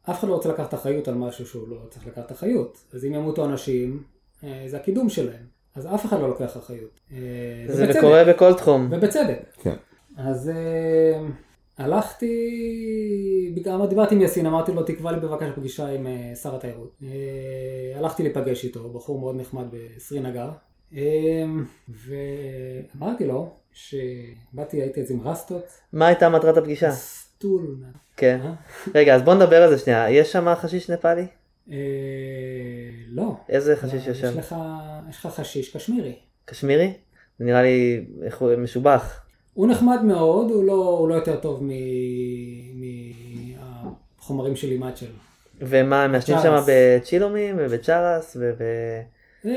[SPEAKER 1] אף אחד לא רוצה לקחת אחריות על משהו שהוא לא צריך לקחת אחריות. אז אם ימותו אנשים, אה, זה הקידום שלהם. אז אף אחד לא לוקח אחריות. אה,
[SPEAKER 3] זה
[SPEAKER 1] ובצדק.
[SPEAKER 3] קורה בכל תחום.
[SPEAKER 1] ובצדק.
[SPEAKER 2] כן.
[SPEAKER 1] אז אה, הלכתי, בגלל, דיברתי עם יאסין, אמרתי לו תקבע לי בבקשה פגישה עם אה, שר התיירות. אה, הלכתי להיפגש איתו, בחור מאוד נחמד בסרינגר, אה, ואמרתי לו שבאתי, הייתי אז עם רסטות,
[SPEAKER 3] מה הייתה מטרת הפגישה?
[SPEAKER 1] סטול. מה-
[SPEAKER 3] כן.
[SPEAKER 1] אה?
[SPEAKER 3] רגע, אז בוא נדבר על זה שנייה. יש שם חשיש נפאלי?
[SPEAKER 1] אה, לא.
[SPEAKER 3] איזה חשיש
[SPEAKER 1] אבל
[SPEAKER 3] יש שם?
[SPEAKER 1] יש לך, יש לך חשיש קשמירי.
[SPEAKER 3] קשמירי? זה נראה לי איך הוא- משובח.
[SPEAKER 1] הוא נחמד מאוד, הוא לא, הוא לא יותר טוב מהחומרים של לימד שלו.
[SPEAKER 3] ומה, הם מעשנים שם
[SPEAKER 1] צ'ארס.
[SPEAKER 3] בצ'ילומים ובצ'ארס וב...
[SPEAKER 1] אמ,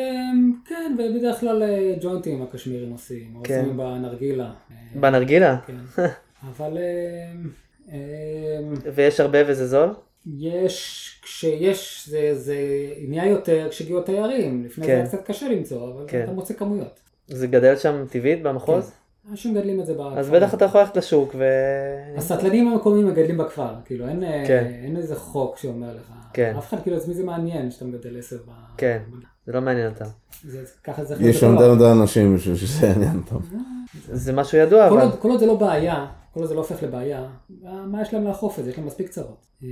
[SPEAKER 1] כן, ובדרך כלל אה, ג'וינטים הקשמירים עושים, או
[SPEAKER 3] כן.
[SPEAKER 1] עושים בנרגילה. אה,
[SPEAKER 3] בנרגילה?
[SPEAKER 1] כן. אבל אמ, אמ,
[SPEAKER 3] ויש הרבה וזה זול?
[SPEAKER 1] יש, כשיש, זה, זה נהיה יותר כשהגיעו התיירים, לפני
[SPEAKER 3] כן.
[SPEAKER 1] זה היה קצת קשה למצוא, אבל
[SPEAKER 3] כן.
[SPEAKER 1] אתה מוצא כמויות.
[SPEAKER 3] זה גדל שם טבעית במחוז?
[SPEAKER 1] אנשים מגדלים את זה בארץ.
[SPEAKER 3] אז בטח אתה יכול ללכת לשוק ו...
[SPEAKER 1] הסטלנים המקומיים מגדלים בכפר, כאילו אין,
[SPEAKER 3] כן.
[SPEAKER 1] כן. אין איזה חוק שאומר לך,
[SPEAKER 3] כן.
[SPEAKER 1] אף אחד כאילו, אז מי זה מעניין שאתה מגדל עשר ב...
[SPEAKER 3] כן. זה לא מעניין אותם.
[SPEAKER 1] זה, ככה זה
[SPEAKER 2] יש שם
[SPEAKER 1] חברות.
[SPEAKER 2] יותר מדי אנשים בשביל שזה יעניין אותם.
[SPEAKER 3] זה משהו ידוע,
[SPEAKER 1] כל
[SPEAKER 3] אבל...
[SPEAKER 1] עוד, כל עוד זה לא בעיה, כל עוד זה לא הופך לבעיה, מה יש להם לאכוף את זה? יש להם מספיק צרות. אמ,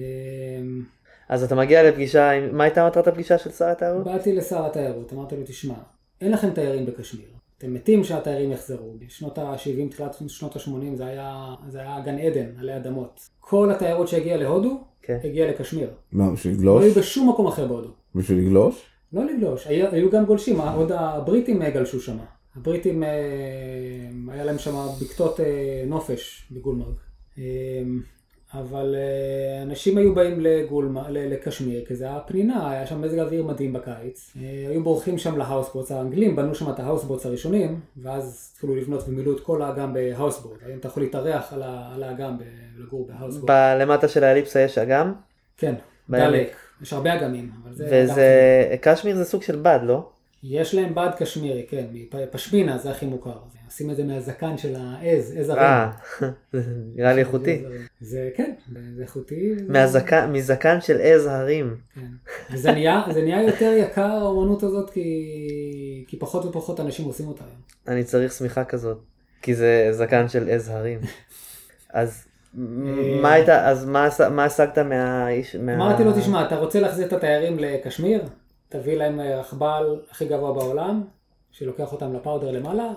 [SPEAKER 3] אז אתה מגיע לפגישה, עם- מה הייתה מטרת הפגישה של שר התיירות?
[SPEAKER 1] באתי לשר התיירות, אמרתי לו, תשמע, אין לכם תיירים בקשמיר. אתם מתים שהתיירים יחזרו. בשנות ה-70, תחילת שנות ה-80 זה היה, זה היה גן עדן, עלי אדמות. כל התיירות שהגיעה להודו,
[SPEAKER 3] כן.
[SPEAKER 1] הגיעה לקשמיר.
[SPEAKER 2] מה, בשביל
[SPEAKER 1] לא
[SPEAKER 2] לגלוש?
[SPEAKER 1] היו בשום מקום אחר בהודו.
[SPEAKER 2] בשביל לגלוש?
[SPEAKER 1] לא לגלוש, היו, היו גם גולשים, עוד הבריטים אה, גלשו שם. הבריטים, אה, היה להם שם בקתות אה, נופש בגולמרג. אה, אבל אה, אנשים היו באים לגולמה, ל- לקשמיר, כי זה היה פנינה, היה שם מזג אוויר מדהים בקיץ. אה, היו בורחים שם להאוסבוטס, האנגלים בנו שם את ההאוסבוטס הראשונים, ואז התחילו לבנות ומילאו את כל האגם בהאוסבוט. היום אתה יכול להתארח על, ה- על האגם ולגור בהאוסבוט.
[SPEAKER 3] בלמטה של האליפסה יש אגם,
[SPEAKER 1] כן,
[SPEAKER 3] בעמק.
[SPEAKER 1] דלק. יש הרבה אגמים, אבל זה... אגם חזק.
[SPEAKER 3] וזה... קשמיר זה סוג של בד, לא?
[SPEAKER 1] יש להם בד קשמירי, כן, מפ- פשמינה זה הכי מוכר. עושים את זה מהזקן של העז, עז הרן.
[SPEAKER 3] אה, נראה לי איכותי.
[SPEAKER 1] זה כן, זה- זה איכותי.
[SPEAKER 3] מהזקן- מזקן של עז הרים.
[SPEAKER 1] כן. אז זה נהיה, זה נהיה יותר יקר האומנות הזאת כי, כי פחות ופחות אנשים עושים אותה היום.
[SPEAKER 3] אני צריך שמיכה כזאת, כי זה זקן של עז הרים. אז מ- מה הייתה, אז מה עש- מה השגת מהאיש? מה-
[SPEAKER 1] אה. אמרתי לו, תשמע, אתה רוצה להחזיר את התיירים לקשמיר? תביא להם אה, רכבל הכי גבוה בעולם, שלוקח אותם לפאודר למעלה,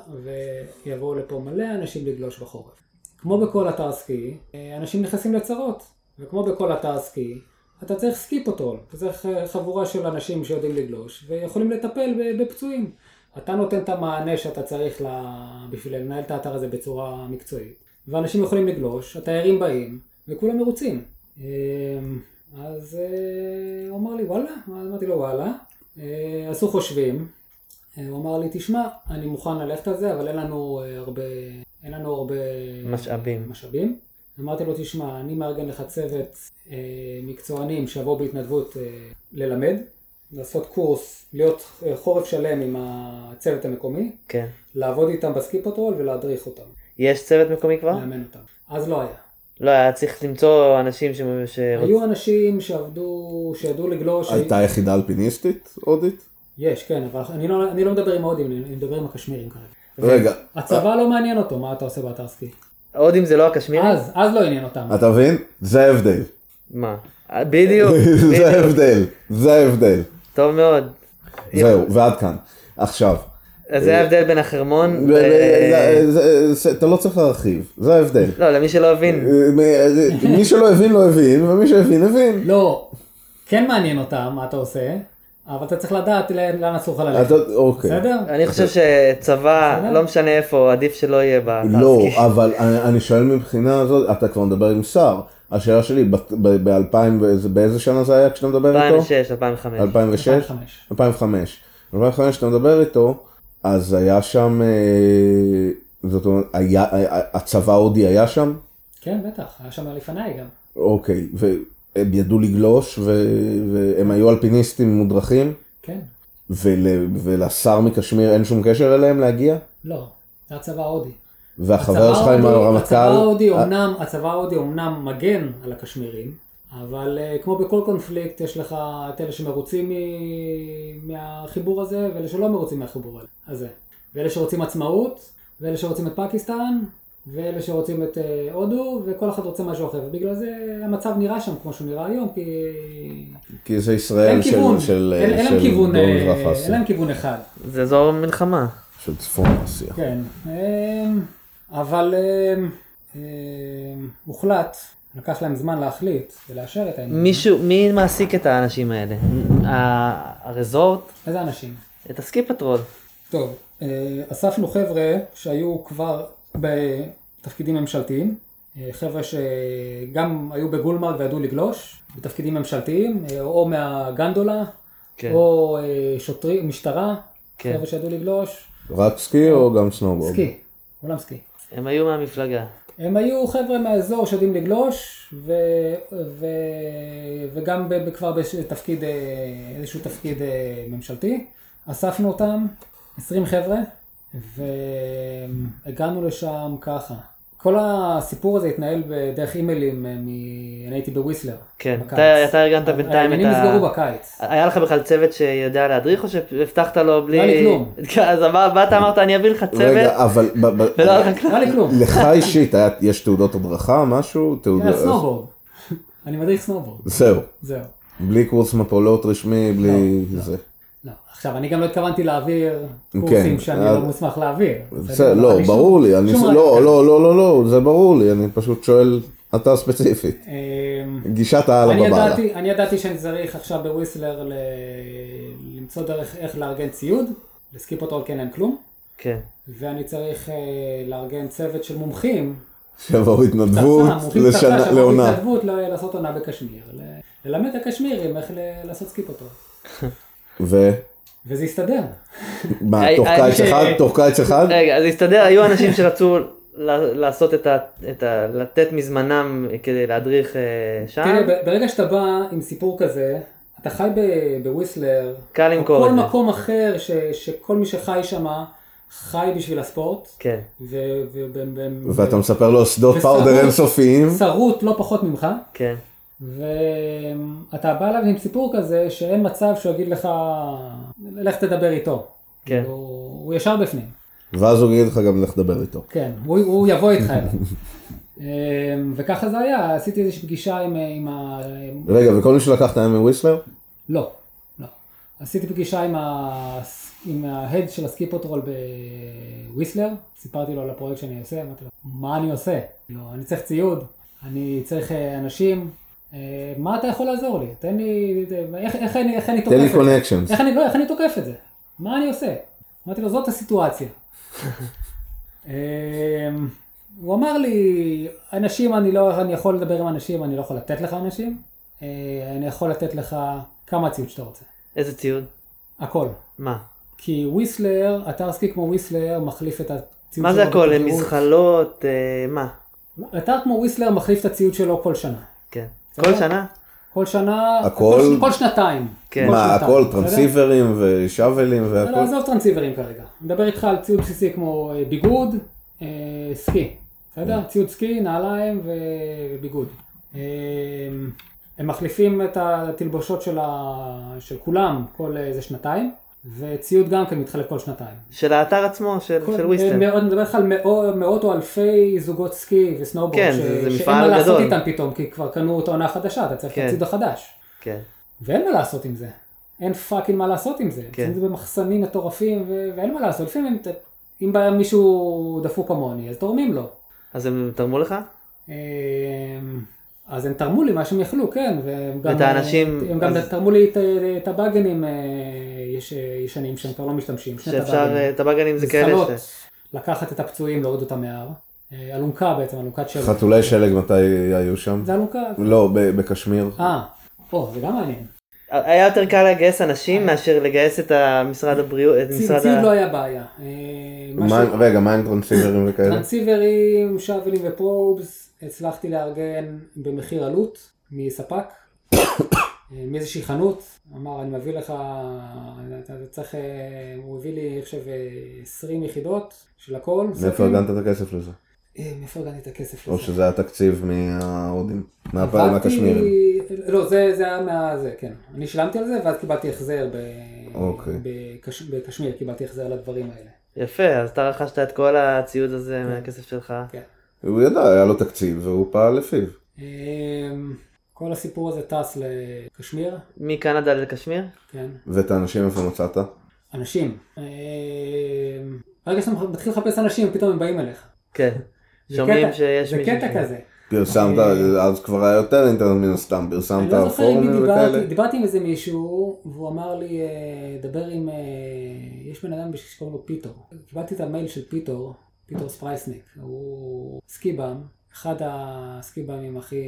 [SPEAKER 1] ויבואו לפה מלא אנשים לגלוש בחורף. כמו בכל אתר סקי, אה, אנשים נכנסים לצרות, וכמו בכל אתר סקי, אתה צריך סקי פטרול, אתה צריך אה, חבורה של אנשים שיודעים לגלוש, ויכולים לטפל ב- בפצועים. אתה נותן את המענה שאתה צריך לה... בשביל לנהל את האתר הזה בצורה מקצועית, ואנשים יכולים לגלוש, התיירים באים, וכולם מרוצים. אמ, אז אה, הוא אמר לי וואלה, אז אמרתי לו וואלה, אה, עשו חושבים, אה, הוא אמר לי תשמע, אני מוכן ללכת על זה, אבל אין לנו אה, הרבה, אין לנו הרבה
[SPEAKER 3] משאבים.
[SPEAKER 1] משאבים. אמרתי לו תשמע, אני מארגן לך צוות אה, מקצוענים שיבואו בהתנדבות אה, ללמד, לעשות קורס, להיות אה, חורף שלם עם הצוות המקומי,
[SPEAKER 3] כן.
[SPEAKER 1] לעבוד איתם בסקי פטרול ולהדריך אותם,
[SPEAKER 3] יש צוות מקומי כבר?
[SPEAKER 1] לאמן אותם. אז לא היה.
[SPEAKER 3] לא, היה צריך למצוא אנשים ש... שרוצ-
[SPEAKER 1] היו אנשים שעבדו, שידעו לגלוש,
[SPEAKER 2] הייתה יחידה אלפיניסטית הודית?
[SPEAKER 1] יש, כן, אבל אני לא, אני לא מדבר עם ההודים, אני אני מדבר עם הקשמירים כרגע.
[SPEAKER 2] רגע,
[SPEAKER 1] הצבא לא מעניין אותו, מה אתה עושה באתר סקי.
[SPEAKER 3] הודים זה לא הקשמירים?
[SPEAKER 1] אז, אז לא עניין אותם.
[SPEAKER 2] אתה מבין? זה ההבדל.
[SPEAKER 3] מה? אה, בדיוק,
[SPEAKER 2] זה
[SPEAKER 3] בדיוק.
[SPEAKER 2] ההבדל. זה ההבדל.
[SPEAKER 3] טוב מאוד.
[SPEAKER 2] זהו, ועד כאן. עכשיו,
[SPEAKER 3] אז זה ההבדל בין החרמון אה, ו...
[SPEAKER 2] זה- זה- זה- אתה לא צריך להרחיב, זה ההבדל.
[SPEAKER 3] לא, למי שלא הבין.
[SPEAKER 2] מי שלא הבין לא הבין, ומי שהבין הבין.
[SPEAKER 1] לא, כן מעניין אותם, מה אתה עושה, אבל אתה צריך לדעת לאן לאן אסור לך ללכת.
[SPEAKER 2] אתה- אוקיי.
[SPEAKER 1] בסדר?
[SPEAKER 3] אני חושב שצבא,
[SPEAKER 1] בסדר.
[SPEAKER 3] לא משנה איפה, עדיף שלא יהיה באתר
[SPEAKER 2] לא,
[SPEAKER 3] סקי.
[SPEAKER 2] אבל אני, אני שואל מבחינה הזאת, אתה כבר מדבר עם שר. השאלה שלי, ב-2000, באיזה שנה זה היה כשאתה מדבר איתו?
[SPEAKER 3] 2006, 2005.
[SPEAKER 2] 2006?
[SPEAKER 1] 2005.
[SPEAKER 2] 2005. 2005 כשאתה מדבר איתו, אז היה שם, אה, זאת אומרת, היה, היה- הצבא ההודי היה שם?
[SPEAKER 1] כן, בטח, היה שם לפניי גם.
[SPEAKER 2] אוקיי, והם ידעו לגלוש, ו, והם היו אלפיניסטים מודרכים,
[SPEAKER 1] כן,
[SPEAKER 2] ול, ולשר מקשמיר אין שום קשר אליהם להגיע?
[SPEAKER 1] לא, זה הצבא ההודי.
[SPEAKER 2] והחבר שלך
[SPEAKER 1] הצבא
[SPEAKER 2] עם
[SPEAKER 1] ההודי-
[SPEAKER 2] הרמטכ"ל?
[SPEAKER 1] הצבא ההודי
[SPEAKER 2] אה,
[SPEAKER 1] אומנם, הצבא ההודי אומנם מגן על הקשמירים, אבל אה, כמו בכל קונפליקט יש לך את אלה שמרוצים מ- מהחיבור הזה ואלה שלא מרוצים מהחיבור הזה. ואלה שרוצים עצמאות, ואלה שרוצים את פקיסטן, ואלה שרוצים את אה, הודו, וכל אחד רוצה משהו אחר. ובגלל זה המצב נראה שם כמו שהוא נראה היום, כי
[SPEAKER 2] כי זה ישראל
[SPEAKER 1] אין
[SPEAKER 2] של,
[SPEAKER 1] כיוון,
[SPEAKER 2] של,
[SPEAKER 1] אין אין להם
[SPEAKER 2] של
[SPEAKER 1] כיוון,
[SPEAKER 2] דרום
[SPEAKER 1] אה,
[SPEAKER 2] מזרח
[SPEAKER 1] אין
[SPEAKER 2] אסיה,
[SPEAKER 1] להם כיוון אחד.
[SPEAKER 3] זה אזור מלחמה.
[SPEAKER 2] של צפון אסיה.
[SPEAKER 1] כן, אמ, אבל אמ, אמ, הוחלט, לקח להם זמן להחליט ולאשר את העניין.
[SPEAKER 3] מישהו, מי מעסיק את האנשים האלה?
[SPEAKER 1] אה,
[SPEAKER 3] ה- הרזורט?
[SPEAKER 1] איזה אנשים?
[SPEAKER 3] את הסקי פטרול.
[SPEAKER 1] טוב, אה, אספנו חבר'ה שהיו כבר בתפקידים ממשלתיים, אה, חבר'ה שגם היו בגולמרג וידעו לגלוש, בתפקידים ממשלתיים, אה, או מהגנדולה,
[SPEAKER 3] כן.
[SPEAKER 1] או אה, שוטרים, משטרה,
[SPEAKER 3] כן.
[SPEAKER 1] חבר'ה שידעו לגלוש,
[SPEAKER 2] רק סקי או גם סנובורד?
[SPEAKER 1] סקי, עולם סקי.
[SPEAKER 3] הם היו מהמפלגה.
[SPEAKER 1] הם היו חבר'ה מהאזור שיודעים לגלוש, ו, ו, וגם ב, ב- כבר בתפקיד, אה, איזשהו תפקיד אה, ממשלתי. אספנו אותם, 20 חבר'ה, והגענו לשם ככה. כל הסיפור הזה התנהל בדרך אימיילים, אה, מ- אני הייתי בוויסלר.
[SPEAKER 3] כן,
[SPEAKER 1] בקיץ.
[SPEAKER 3] אתה אתה ארגנת בינתיים את
[SPEAKER 1] העניינים
[SPEAKER 3] ה...
[SPEAKER 1] נסגרו בקיץ.
[SPEAKER 3] היה לך בכלל צוות שיודע להדריך או שהבטחת לו בלי...
[SPEAKER 1] לא היה לי כלום.
[SPEAKER 3] כן, אז אמר- באת אמרת אני אביא לך צוות
[SPEAKER 2] רגע, אבל ב- ב-
[SPEAKER 3] ולא היה לך
[SPEAKER 1] לא
[SPEAKER 3] כלום.
[SPEAKER 1] היה לי כלום.
[SPEAKER 2] לך אישית, היה- יש תעודות הדרכה, משהו?
[SPEAKER 1] היה
[SPEAKER 2] תעודות...
[SPEAKER 1] סנובורד. אני מדריך סנובורד,
[SPEAKER 2] זהו.
[SPEAKER 1] זהו.
[SPEAKER 2] בלי קורס מפולות רשמי, בלי
[SPEAKER 1] לא.
[SPEAKER 2] זה.
[SPEAKER 1] לא. עכשיו, אני גם לא התכוונתי להעביר קורסים
[SPEAKER 2] כן,
[SPEAKER 1] שאני
[SPEAKER 2] אה,
[SPEAKER 1] לא מוסמך להעביר. אז
[SPEAKER 2] בסדר,
[SPEAKER 1] אני-
[SPEAKER 2] לא,
[SPEAKER 1] אני שום-
[SPEAKER 2] ברור לי, אני...
[SPEAKER 1] שום כן.
[SPEAKER 2] לא,
[SPEAKER 1] רעיון.
[SPEAKER 2] לא, לא, לא, לא, זה ברור לי, אני פשוט שואל, אתה ספציפית.
[SPEAKER 1] אמ,
[SPEAKER 2] גישת העל
[SPEAKER 1] אני
[SPEAKER 2] הבבעלה.
[SPEAKER 1] ידעתי- אני ידעתי שאני צריך עכשיו בוויסלר ל- למצוא דרך איך לארגן ציוד, לסקי פוטרול כן אין כלום,
[SPEAKER 3] כן.
[SPEAKER 1] ואני צריך אה, לארגן צוות של מומחים,
[SPEAKER 2] שיבואו
[SPEAKER 1] אה,
[SPEAKER 2] התנדבות
[SPEAKER 1] צצה, מומחים צצה,
[SPEAKER 2] לשנה,
[SPEAKER 1] שמעו
[SPEAKER 2] לעונה.
[SPEAKER 1] התנדבות ל- לעשות עונה בקשמיר, ל- ללמד את הקשמירים איך ל- לעשות סקי פוטרול,
[SPEAKER 2] ומה,
[SPEAKER 1] וזה הסתדר.
[SPEAKER 3] היי,
[SPEAKER 2] תוך
[SPEAKER 3] היי,
[SPEAKER 2] קיץ
[SPEAKER 3] ש-
[SPEAKER 2] אחד? תוך קיץ אחד?
[SPEAKER 3] רגע, אז הסתדר, היו אנשים שרצו ל- לעשות את ה... את ה- לתת מזמנם כדי להדריך אה, שם,
[SPEAKER 1] תראה, ב- ברגע שאתה בא עם סיפור כזה, אתה חי ב- בוויסלר,
[SPEAKER 3] קל
[SPEAKER 1] או
[SPEAKER 3] למכור
[SPEAKER 1] כל
[SPEAKER 3] את זה.
[SPEAKER 1] מקום אחר ש, שכל מי שחי שם, חי בשביל הספורט,
[SPEAKER 3] כן.
[SPEAKER 1] ו- ו- ו- ו-
[SPEAKER 2] ואתה מספר לו שדות
[SPEAKER 1] ושרות.
[SPEAKER 2] פאודר אינסופיים.
[SPEAKER 1] שרוט לא פחות ממך,
[SPEAKER 3] כן,
[SPEAKER 1] ואתה בא אליו עם סיפור כזה שאין מצב שהוא יגיד לך, לך תדבר איתו.
[SPEAKER 3] כן.
[SPEAKER 1] הוא, הוא ישר בפנים,
[SPEAKER 2] ואז הוא יגיד לך גם לך לדבר איתו.
[SPEAKER 1] כן, הוא, הוא יבוא איתך אליו. אמ, וככה זה היה, עשיתי איזושהי פגישה עם, עם ה... עם-
[SPEAKER 2] רגע, וכל מי שלקחת היה מוויסלר?
[SPEAKER 1] לא, לא. עשיתי פגישה עם, ה... עם ההד של הסקיפוטרול בוויסלר, סיפרתי לו על הפרויקט שאני עושה, אמרתי לו, מה אני עושה? לא, אני צריך ציוד, אני צריך אה, אנשים, אה, מה אתה יכול לעזור לי? תן לי, אה, איך, איך, אני, איך אני תוקף
[SPEAKER 2] תן לי
[SPEAKER 1] את זה?
[SPEAKER 2] קונקשנס.
[SPEAKER 1] איך אני, לא, איך אני תוקף את זה? מה אני עושה? אמרתי לו, זאת הסיטואציה. אמ, הוא אמר לי, אנשים, אני לא, אני יכול לדבר עם אנשים, אני לא יכול לתת לך אנשים. אה, אני יכול לתת לך כמה ציוד שאתה רוצה.
[SPEAKER 3] איזה ציוד?
[SPEAKER 1] הכל.
[SPEAKER 3] מה?
[SPEAKER 1] כי וויסלר, אתר סקי כמו וויסלר, מחליף את הציוד
[SPEAKER 3] מה זה
[SPEAKER 1] שלו
[SPEAKER 3] הכל? אה,
[SPEAKER 1] בתדירות.
[SPEAKER 3] מזחלות? אה, מה?
[SPEAKER 1] אתר כמו וויסלר מחליף את הציוד שלו כל שנה.
[SPEAKER 3] כן.
[SPEAKER 1] בסדר?
[SPEAKER 3] כל שנה?
[SPEAKER 1] כל שנה,
[SPEAKER 2] הכל?
[SPEAKER 1] כל, ש- כל שנתיים.
[SPEAKER 3] כן.
[SPEAKER 1] כל
[SPEAKER 2] מה,
[SPEAKER 1] שנתיים,
[SPEAKER 2] הכל
[SPEAKER 1] בסדר?
[SPEAKER 2] טרנסיברים ושאבלים
[SPEAKER 1] לא, לא,
[SPEAKER 2] והכל?
[SPEAKER 1] עזוב טרנסיברים כרגע. מדבר איתך על ציוד בסיסי כמו אה, ביגוד, אה, סקי.
[SPEAKER 3] כן.
[SPEAKER 1] בסדר? ציוד סקי, נעליים ו- וביגוד. אה, הם מחליפים את התלבושות של, ה... של כולם כל איזה שנתיים, וציוד גם כן מתחלק כל שנתיים.
[SPEAKER 3] של האתר עצמו, של
[SPEAKER 1] כל-
[SPEAKER 3] של וויסטר.
[SPEAKER 1] אה, מאוד- אני מדבר איתך על מאו- מאות או אלפי זוגות סקי וסנובורד,
[SPEAKER 3] כן, זה- זה
[SPEAKER 1] שאין
[SPEAKER 3] מפעל
[SPEAKER 1] מה לעשות
[SPEAKER 3] גדול.
[SPEAKER 1] איתם פתאום, כי כבר קנו את העונה החדשה, אתה צריך את
[SPEAKER 3] כן.
[SPEAKER 1] הציוד החדש.
[SPEAKER 3] כן.
[SPEAKER 1] ואין מה לעשות עם זה. אין פאקינג מה לעשות עם זה.
[SPEAKER 3] כן.
[SPEAKER 1] כן. זה במחסנים מטורפים, ו... ואין מה לעשות. לפעמים אם, ת- אם בא מישהו דפוק כמוני, אז תורמים לו.
[SPEAKER 3] אז הם תרמו לך?
[SPEAKER 1] אמ, אז הם תרמו לי מה שהם יכלו, כן. והם גם, אה,
[SPEAKER 3] ואת האנשים-
[SPEAKER 1] הם גם
[SPEAKER 3] אז-
[SPEAKER 1] תרמו לי את, את הבאגנים אה, יש, ישנים שהם כבר לא משתמשים. שני
[SPEAKER 3] שאפשר,
[SPEAKER 1] טבאגנים.
[SPEAKER 3] אה, טבגנים זה כאלה
[SPEAKER 1] מזחלות.
[SPEAKER 3] ש...
[SPEAKER 1] לקחת את הפצועים, להוריד אותם מההר. אה, אלונקה בעצם, אלונקת שלג.
[SPEAKER 2] חתולי שלג מתי היו שם?
[SPEAKER 1] זה אלונקה.
[SPEAKER 2] לא, ב- בקשמיר.
[SPEAKER 1] אה, או, זה גם מעניין.
[SPEAKER 3] היה יותר קל לגייס אנשים מאשר לגייס את משרד הבריאות, את משרד
[SPEAKER 1] אה. ציוד לא
[SPEAKER 3] ה...
[SPEAKER 1] היה בעיה. אה, מה
[SPEAKER 2] מה
[SPEAKER 1] ש-
[SPEAKER 2] עם- רגע, מה עם טרנסיברים וכאלה?
[SPEAKER 1] טרנסיברים, שאבלים ופרובס, הצלחתי לארגן במחיר עלות מספק, אה, מאיזושהי חנות, אמר אני מביא לך, אתה אתה צריך, אה, הוא הביא לי אני חושב אה, 20 יחידות של הכל,
[SPEAKER 2] מאיפה
[SPEAKER 1] סטים.
[SPEAKER 2] ארגנת את הכסף לזה?
[SPEAKER 1] אה, מאיפה ארגנתי את הכסף
[SPEAKER 2] או
[SPEAKER 1] לזה?
[SPEAKER 2] שזה היה תקציב מההודים? מהפעם
[SPEAKER 1] עבדתי-
[SPEAKER 2] מהקשמירים?
[SPEAKER 1] לא, זה זה היה מה... זה, כן. אני שילמתי על זה ואז קיבלתי החזר ב...
[SPEAKER 2] אוקיי.
[SPEAKER 1] בקש- בקשמיר, קיבלתי החזר לדברים האלה.
[SPEAKER 3] יפה, אז אתה רכשת את כל הציוד הזה מהכסף שלך.
[SPEAKER 1] כן.
[SPEAKER 2] הוא ידע, היה לו תקציב והוא פעל לפיו.
[SPEAKER 1] אמ, כל הסיפור הזה טס לקשמיר,
[SPEAKER 3] מקנדה לקשמיר?
[SPEAKER 1] כן.
[SPEAKER 2] ואת האנשים איפה מצאת?
[SPEAKER 1] אנשים. אה, ברגע שאתה מתחיל לחפש אנשים, פתאום הם באים אליך.
[SPEAKER 3] כן.
[SPEAKER 1] זה
[SPEAKER 3] שומעים
[SPEAKER 1] קטע-
[SPEAKER 3] שיש
[SPEAKER 1] זה
[SPEAKER 3] מישהו... ש-
[SPEAKER 1] קטע כזה.
[SPEAKER 2] פרסמת,
[SPEAKER 1] אה,
[SPEAKER 2] אז כבר היה יותר אינטרנט מן הסתם,
[SPEAKER 1] אני
[SPEAKER 2] פרסמת
[SPEAKER 1] לא זוכר עם מי
[SPEAKER 2] פורומים
[SPEAKER 1] דיברתי,
[SPEAKER 2] וכאלה?
[SPEAKER 1] דיברתי עם איזה מישהו, והוא אמר לי, אה, דבר עם, אה, יש בן אדם שקוראים לו פיטור. קיבלתי את המייל של פיטור, פיטור ספרייסניק. הוא סקיבאם, אחד הסקיבאמים הכי,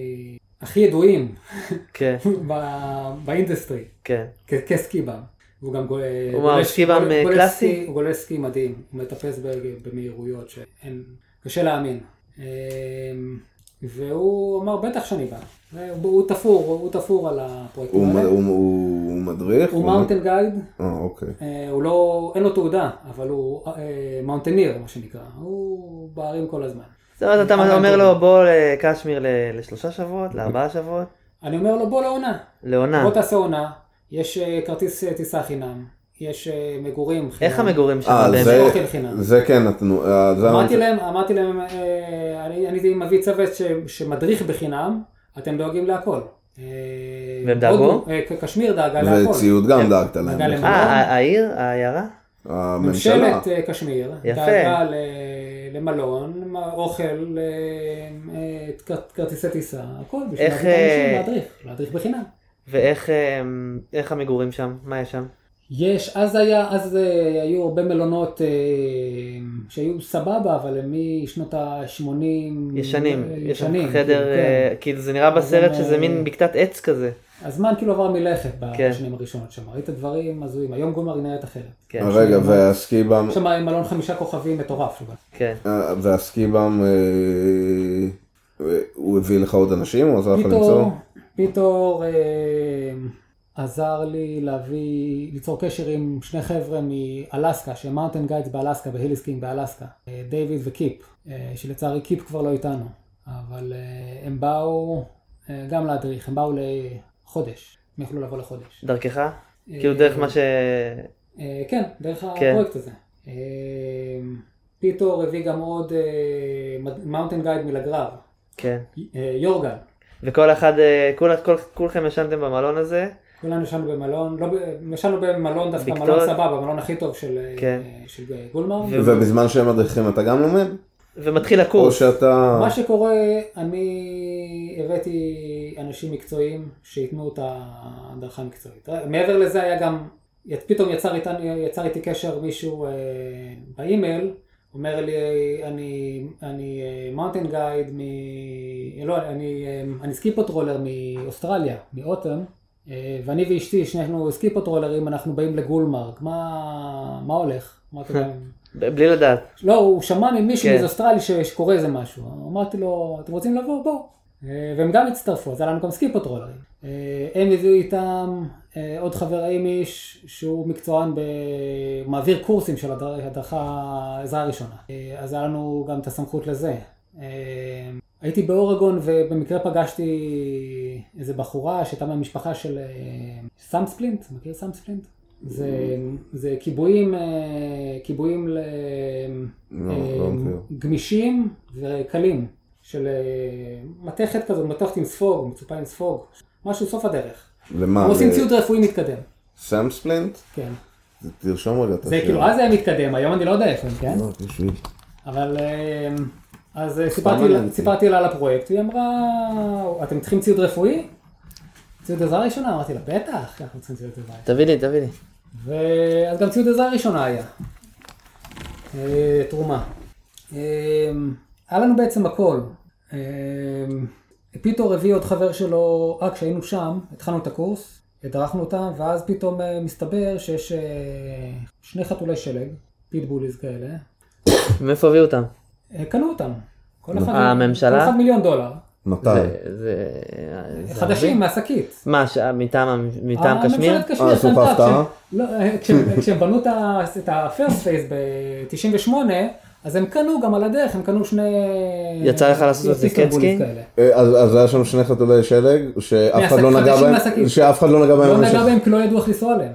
[SPEAKER 1] הכי ידועים
[SPEAKER 3] כן,
[SPEAKER 1] ב- באינדסטרי,
[SPEAKER 3] כן.
[SPEAKER 1] כ- כסקיבאם. והוא גם גול-
[SPEAKER 3] הוא מה, הוא סקיבאם,
[SPEAKER 1] גול-
[SPEAKER 3] אה,
[SPEAKER 1] גולש
[SPEAKER 3] קלאסי?
[SPEAKER 1] סקי- הוא גולש סקי מדהים, הוא מטפס ב- במהירויות שאין, קשה להאמין. אמ, והוא אמר, בטח שאני בא. והוא- הוא תפור, הוא תפור על הפרויקטים
[SPEAKER 2] הוא מ-
[SPEAKER 1] האלה.
[SPEAKER 2] הוא- הוא הוא מדריך?
[SPEAKER 1] הוא מאונטן גייד,
[SPEAKER 2] אה, אוקיי.
[SPEAKER 1] אה, הוא לא, אין לו תעודה, אבל הוא אה, מאונטניר, מה שנקרא. הוא בערים כל הזמן.
[SPEAKER 3] זאת אומרת, אתה
[SPEAKER 1] אבל
[SPEAKER 3] אומר
[SPEAKER 1] טוב.
[SPEAKER 3] לו בוא לקשמיר ל- לשלושה שבועות, לארבעה שבועות,
[SPEAKER 1] אני אומר לו, בוא לעונה.
[SPEAKER 3] לעונה.
[SPEAKER 1] בוא תעשה עונה, יש אה, כרטיס אה, טיסה חינם, יש אה, מגורים חינם.
[SPEAKER 3] איך המגורים שלך
[SPEAKER 2] אה,
[SPEAKER 3] באמת?
[SPEAKER 2] זה-
[SPEAKER 1] אוכל חינם.
[SPEAKER 2] זה כן נתנו. אה, זה
[SPEAKER 1] אמרתי
[SPEAKER 2] המ-
[SPEAKER 1] להם, אמרתי להם, אה, אני אני הייתי מביא צוות ש- שמדריך בחינם, אתם דואגים להכל. אה,
[SPEAKER 3] והם דאגו?
[SPEAKER 1] הודו, אה, ק- קשמיר דאגה להכל.
[SPEAKER 2] וציוד
[SPEAKER 3] כן.
[SPEAKER 2] גם דאגת להם. נכון.
[SPEAKER 1] דאגה
[SPEAKER 3] אה,
[SPEAKER 1] למלון.
[SPEAKER 3] ה- העיר? העיירה?
[SPEAKER 2] הממשלה.
[SPEAKER 1] ממשלת אה, קשמיר
[SPEAKER 3] יפה.
[SPEAKER 1] דאגה ל- למלון, מ- אוכל, אה, אה, כר- כרטיסי טיסה, הכל, בשביל
[SPEAKER 3] איך,
[SPEAKER 1] להביא את האנשים
[SPEAKER 3] אה,
[SPEAKER 1] להדריך, להדריך בחינם.
[SPEAKER 3] ואיך אמ, איך המגורים שם? מה יש שם?
[SPEAKER 1] יש, אז היה, אז אה, היו הרבה מלונות אה, שהיו סבבה, אבל הם משנות ה-80...
[SPEAKER 3] ישנים. יש
[SPEAKER 1] אה, ישנים.
[SPEAKER 3] שם חדר,
[SPEAKER 1] כן.
[SPEAKER 3] אה, כאילו זה נראה בסרט
[SPEAKER 1] אה,
[SPEAKER 3] שזה מין בקתת עץ כזה.
[SPEAKER 1] הזמן כאילו עבר מלכת
[SPEAKER 3] כן.
[SPEAKER 1] בשנים הראשונות שם, ראית דברים הזויים, היום גומר היא נראית אחרת.
[SPEAKER 3] כן,
[SPEAKER 2] אה, רגע,
[SPEAKER 1] שם-
[SPEAKER 2] והסקי באם,
[SPEAKER 1] יש שם מלון חמישה כוכבים מטורף. שבא.
[SPEAKER 3] כן.
[SPEAKER 2] אה, והסקי באם, אה, אה, הוא הביא לך עוד אנשים? הוא עזר לך לא למצוא?
[SPEAKER 1] פיטור, פיטור אה, עזר לי להביא, ליצור קשר עם שני חבר'ה מאלסקה, שהם מאונטן גיידס באלסקה, בהיליסקינג באלסקה, אה, דיוויד וקיפ, אה, שלצערי קיפ כבר לא איתנו, אבל אה, הם באו אה, גם להדריך, הם באו לחודש, הם יכלו לבוא לחודש.
[SPEAKER 3] דרכך?
[SPEAKER 1] אה,
[SPEAKER 3] כאילו דרך מה ש...
[SPEAKER 1] אה, כן, דרך
[SPEAKER 3] כן.
[SPEAKER 1] הפרויקט הזה. אה, פיטור הביא גם עוד אה, מאונטן גייד מלגרר,
[SPEAKER 3] כן.
[SPEAKER 1] אה, יורגן.
[SPEAKER 3] וכל אחד, אה, כול- כול- כולכם ישנתם במלון הזה?
[SPEAKER 1] כולנו ישנו במלון, לא, ב- ישנו במלון דווקא,
[SPEAKER 3] בקתות.
[SPEAKER 1] מלון סבבה, המלון הכי טוב של, אה,
[SPEAKER 3] כן.
[SPEAKER 1] של גולמר.
[SPEAKER 3] ו-
[SPEAKER 2] ובזמן שהם מדריכים אתה גם לומד?
[SPEAKER 3] ומתחיל
[SPEAKER 2] או
[SPEAKER 3] הקורס.
[SPEAKER 2] שאתה...
[SPEAKER 1] מה שקורה, אני הבאתי אנשים מקצועיים שייתנו את ההדרכה המקצועית. מעבר לזה היה גם, פתאום יצר, איתנו, יצר איתי קשר מישהו אה, באימייל, אומר לי, אני, אני מאונטן גייד מ... לא, אני, אה, אני סקי פטרולר מאוסטרליה, מאוטם, אה, ואני ואשתי, שנינו סקי פטרולרים, אנחנו באים לגולמרק, מה, מה הולך? אמרתי להם,
[SPEAKER 3] ב- בלי לדעת.
[SPEAKER 1] לא, הוא שמע ממישהו
[SPEAKER 3] כן.
[SPEAKER 1] כן. אוסטרלי ש... שקורא איזה משהו. אמרתי לו, אתם רוצים לבוא? בואו. אה, והם גם הצטרפו, אז היה לנו גם סקי פטרולרים. אה, הם הביאו איתם אה, עוד חבר אימיש, שהוא מקצוען, ב... מעביר קורסים של הדר- הדרכה עזרה ראשונה. אה, אז היה לנו גם את הסמכות לזה. אה, הייתי באורגון ובמקרה פגשתי איזה בחורה שהייתה מהמשפחה של אה, סאם ספלינט, מכיר סאם ספלינט? זה, זה כיבויים, אה, כיבויים ל...
[SPEAKER 2] לא, לא
[SPEAKER 1] אה,
[SPEAKER 2] מכיר.
[SPEAKER 1] גמישים וקלים, של אה, מתכת כזאת, מתכת עם ספוג, מצופה עם ספוג, משהו סוף הדרך.
[SPEAKER 2] למה?
[SPEAKER 1] הם עושים
[SPEAKER 2] ל-
[SPEAKER 1] ציוד רפואי מתקדם,
[SPEAKER 2] סאם ספלינט?
[SPEAKER 1] כן.
[SPEAKER 2] תרשום רגע את
[SPEAKER 1] זה כאילו, אז היה מתקדם, היום אני לא יודע איפה הם, כן?
[SPEAKER 2] לא, תשמעי.
[SPEAKER 1] אבל אה, אז אה,
[SPEAKER 2] סתם
[SPEAKER 1] סיפרתי,
[SPEAKER 2] מעניין
[SPEAKER 1] לה,
[SPEAKER 2] אותי.
[SPEAKER 1] סיפרתי לה על הפרויקט, היא אמרה, אתם צריכים ציוד רפואי? ציוד עזרה ראשונה? אמרתי לה, בטח, אנחנו צריכים ציוד עזרה.
[SPEAKER 3] תביא לי, תביא לי.
[SPEAKER 1] ואז גם ציוד עזרה ראשונה היה. אה, תרומה. אה, היה לנו בעצם הכל. אה, פיטור הביא עוד חבר שלו, אה, כשהיינו שם, התחלנו את הקורס, הדרכנו אותם, ואז פתאום אה, מסתבר שיש אה, שני חתולי שלג, פיטבוליז כאלה,
[SPEAKER 3] מאיפה הביאו אותם?
[SPEAKER 1] אה, קנו אותם. כל אחד,
[SPEAKER 3] הממשלה?
[SPEAKER 1] כל אחד מיליון דולר.
[SPEAKER 2] מתי?
[SPEAKER 3] זה- זה- זה
[SPEAKER 1] חדשים
[SPEAKER 3] ערבי?
[SPEAKER 1] מהשקית.
[SPEAKER 3] מה, ש- מטעם המ- מטעם קשמיר?
[SPEAKER 1] הממשלת קשמיר
[SPEAKER 2] אה, עשו לך
[SPEAKER 1] קנתה,
[SPEAKER 2] הפתעה?
[SPEAKER 1] כש- לא, אה, כש- כשהם בנו את ה- את ה-first phase ב-98, אז הם קנו גם על הדרך, הם קנו שני...
[SPEAKER 3] יצא לך לעשות איזה
[SPEAKER 1] פיסטובוליס
[SPEAKER 3] קצקי?
[SPEAKER 1] כאלה.
[SPEAKER 2] אה, אז אז היה שם שני חתולי שלג שאף אחד
[SPEAKER 1] מהשק-
[SPEAKER 2] לא נגע
[SPEAKER 1] חדשים
[SPEAKER 2] בהם,
[SPEAKER 1] מהשקים.
[SPEAKER 2] שאף אחד לא נגע בהם
[SPEAKER 1] לא
[SPEAKER 2] במשך-
[SPEAKER 1] נגע בהם כי לא ידעו איך לנסוע עליהם.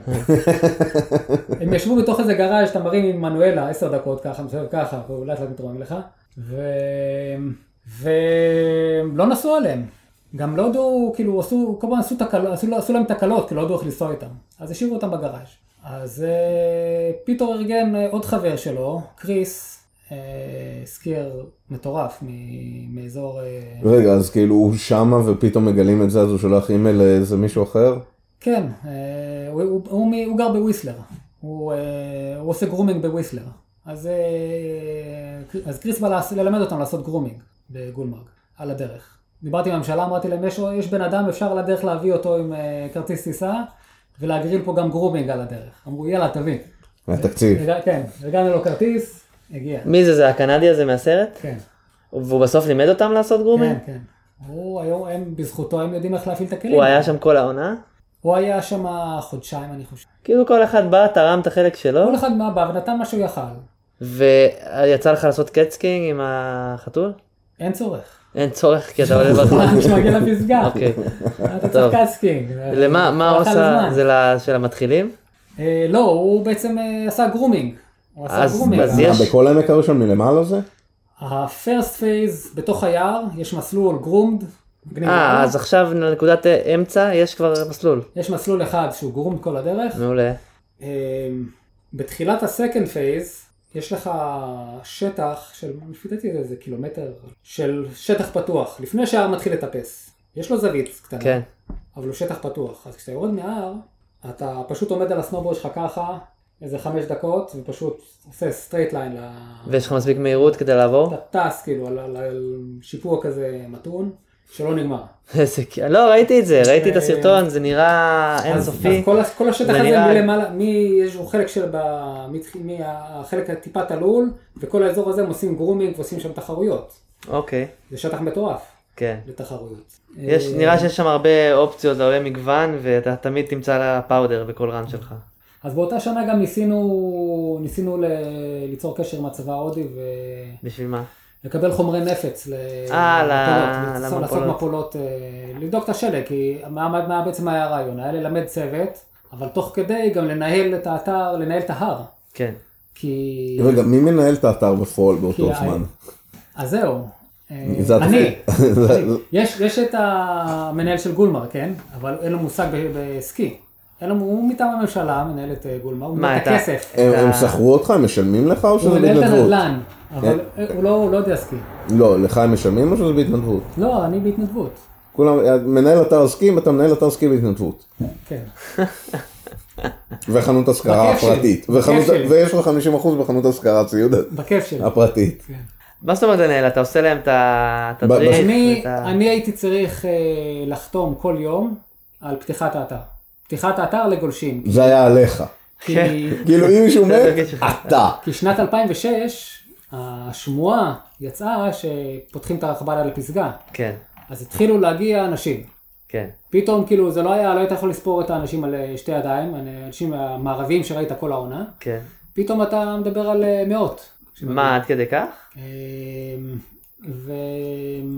[SPEAKER 1] הם ישבו בתוך איזה גראז' שאתה מרים עם מנואלה עשר דקות ככה, מסובב ככה, והוא לאט לאט מתרומם לך, ו- ולא לא נסעו עליהם. גם לא ידעו, כאילו עשו, כל פעם עשו, תקל, עשו, עשו להם תקלות, כי לא ידעו איך לנסוע איתם. אז השאירו אותם בגראז'. אז אה, פיטור ארגן אה, עוד חבר שלו, קריס, אה, סקייר מטורף מ- מאזור... אה,
[SPEAKER 2] רגע, אז כאילו הוא שמה ופתאום מגלים את זה, אז הוא שולח אימייל לאיזה מישהו אחר?
[SPEAKER 1] כן, אה, הוא, הוא, הוא, מ- הוא גר בוויסלר, הוא, אה, הוא עושה גרומינג בוויסלר. אז, אה, קר- אז קריס בא לעש- ללמד אותם לעשות גרומינג בגולמרג, על הדרך. דיברתי עם הממשלה, אמרתי להם, יש, יש בן אדם, אפשר על הדרך להביא אותו עם אה, כרטיס טיסה, ולהגריל פה גם גרומינג על הדרך. אמרו, יאללה, תביא.
[SPEAKER 2] מהתקציב.
[SPEAKER 1] אה, הגע- כן, הגענו לו כרטיס, הגיע.
[SPEAKER 3] מי זה? זה הקנדי הזה מהסרט?
[SPEAKER 1] כן.
[SPEAKER 3] והוא בסוף לימד אותם לעשות גרומים?
[SPEAKER 1] כן, כן. הוא היום, הם, בזכותו הם יודעים איך להפעיל את הכלים.
[SPEAKER 3] הוא היה שם כל העונה?
[SPEAKER 1] הוא היה שם חודשיים, אני חושב.
[SPEAKER 3] כאילו כל אחד בא, תרם את החלק שלו,
[SPEAKER 1] כל אחד מה בא ונתן מה שהוא יכל.
[SPEAKER 3] ויצא לך לעשות קטסקינג עם החתול?
[SPEAKER 1] אין צורך.
[SPEAKER 3] אין צורך כי אתה עולה בזמן.
[SPEAKER 1] כשמגיע לפסגה.
[SPEAKER 3] אוקיי.
[SPEAKER 1] אתה צריך אה,
[SPEAKER 3] טוב.
[SPEAKER 1] קאסקינג.
[SPEAKER 3] למה מה
[SPEAKER 1] הוא
[SPEAKER 3] הוא
[SPEAKER 1] אכל
[SPEAKER 3] עושה?
[SPEAKER 1] זמן.
[SPEAKER 3] זה ל- של המתחילים?
[SPEAKER 1] אה, לא, הוא בעצם אה, עשה גרומינג. הוא עשה
[SPEAKER 3] אז-
[SPEAKER 1] גרומינג.
[SPEAKER 3] אז יש-
[SPEAKER 2] בכל העמק הראשון מלמעלה זה?
[SPEAKER 1] ה-first phase בתוך היער, יש מסלול groomed. מגניב
[SPEAKER 3] אה,
[SPEAKER 1] מאוד.
[SPEAKER 3] אז עכשיו לנקודת אמצע יש כבר מסלול.
[SPEAKER 1] יש מסלול אחד שהוא groomed כל הדרך.
[SPEAKER 3] מעולה.
[SPEAKER 1] אה, בתחילת ה-second phase, יש לך שטח של, לפי דעתי זה איזה קילומטר, של שטח פתוח, לפני שההר מתחיל לטפס. יש לו זווית קטנה.
[SPEAKER 3] כן.
[SPEAKER 1] אבל הוא שטח פתוח. אז כשאתה יורד מההר, אתה פשוט עומד על הסנובורד שלך ככה, איזה חמש דקות, ופשוט עושה סטרייט ליין ל...
[SPEAKER 3] ויש לך מספיק מהירות כדי לעבור?
[SPEAKER 1] אתה טס כאילו על, על, על שיפוע כזה מתון, שלא נגמר.
[SPEAKER 3] איזה כ- לא, ראיתי את זה, ראיתי את
[SPEAKER 1] אה,
[SPEAKER 3] הסרטון, זה נראה
[SPEAKER 1] אז, אז
[SPEAKER 3] אינסופי.
[SPEAKER 1] כל, ה- כל השטח
[SPEAKER 3] זה
[SPEAKER 1] הזה
[SPEAKER 3] נראה-
[SPEAKER 1] מלמעלה, מ, יש לו חלק של... ב, מתח- מהחלק הטיפה תלול, וכל האזור הזה הם עושים גרומינג ועושים שם תחרויות.
[SPEAKER 3] אוקיי,
[SPEAKER 1] זה שטח מטורף
[SPEAKER 3] כן.
[SPEAKER 1] לתחרויות.
[SPEAKER 3] יש,
[SPEAKER 1] אה,
[SPEAKER 3] נראה שיש שם הרבה אופציות, הרבה מגוון, ואתה תמיד תמצא לה פאודר בכל רן שלך.
[SPEAKER 1] אז באותה שנה גם ניסינו, ניסינו ל, ליצור קשר עם הצבא ההודי ו...
[SPEAKER 3] בשביל מה?
[SPEAKER 1] לקבל חומרי נפץ ל-
[SPEAKER 3] אה, ל-
[SPEAKER 1] למפולות, לעשות- לעשות
[SPEAKER 3] למפולות.
[SPEAKER 1] מפולות, אה, לבדוק את השלג, כי מה, מה, מה בעצם היה הרעיון? היה ללמד צוות, אבל תוך כדי גם לנהל את האתר, לנהל את ההר,
[SPEAKER 3] כן.
[SPEAKER 1] כי...
[SPEAKER 2] רגע, מי מנהל את האתר בפועל באותו
[SPEAKER 1] כי ה-
[SPEAKER 2] זמן?
[SPEAKER 1] אז זהו. אה,
[SPEAKER 2] זה
[SPEAKER 1] אני,
[SPEAKER 2] התפקיד. זה-
[SPEAKER 1] אני. יש, יש את המנהל של גולמר, כן? אבל אין לו מושג ב- בסקי. אין לו, הוא מטעם הממשלה, מנהל את אה, גולמר, הוא
[SPEAKER 3] מה,
[SPEAKER 1] מנהל את
[SPEAKER 3] אתה-
[SPEAKER 1] הכסף.
[SPEAKER 2] הם
[SPEAKER 3] אתה-
[SPEAKER 2] הם שכרו אותך? הם משלמים לך או שזה
[SPEAKER 1] הוא מנהל את
[SPEAKER 2] בהתנדבות? כן.
[SPEAKER 1] הנדל"ן, אבל אה, הוא לא- הוא לא יודע סקי.
[SPEAKER 2] לא, לך הם משלמים או שזה בהתנדבות?
[SPEAKER 1] לא, אני בהתנדבות.
[SPEAKER 2] כולם, מנהל אתר עסקים, אתה מנהל אתר עסקים בהתנדבות.
[SPEAKER 1] כן.
[SPEAKER 2] וחנות השכרה
[SPEAKER 1] בכיף שלי.
[SPEAKER 2] הפרטית.
[SPEAKER 1] בכיף
[SPEAKER 2] וחנות-
[SPEAKER 1] שלי.
[SPEAKER 2] ויש לך 50% בחנות השכרה ציוד
[SPEAKER 1] בכיף שלי.
[SPEAKER 2] הפרטית.
[SPEAKER 1] כן.
[SPEAKER 3] מה זאת אומרת לנהל? אתה עושה להם את ה- את
[SPEAKER 2] ב-
[SPEAKER 3] הדריל?
[SPEAKER 1] אני,
[SPEAKER 3] את אה, ה-
[SPEAKER 1] אני הייתי צריך אה, לחתום כל יום על פתיחת האתר. פתיחת האתר לגולשים.
[SPEAKER 2] זה היה עליך.
[SPEAKER 1] כי,
[SPEAKER 3] כן.
[SPEAKER 2] כאילו אם מישהו מת,
[SPEAKER 3] התפקיד שלך.
[SPEAKER 2] אתה.
[SPEAKER 1] כי שנת 2006, השמועה יצאה שפותחים את הרכבל על הפסגה.
[SPEAKER 3] כן,
[SPEAKER 1] אז התחילו להגיע אנשים.
[SPEAKER 3] כן.
[SPEAKER 1] פתאום כאילו זה לא היה, לא היית יכול לספור את האנשים על אה, שתי ידיים, האנשים המערביים שראית כל העונה.
[SPEAKER 3] כן.
[SPEAKER 1] פתאום אתה מדבר על אה, מאות.
[SPEAKER 3] מה, עד כדי כך?
[SPEAKER 1] אמ, ו...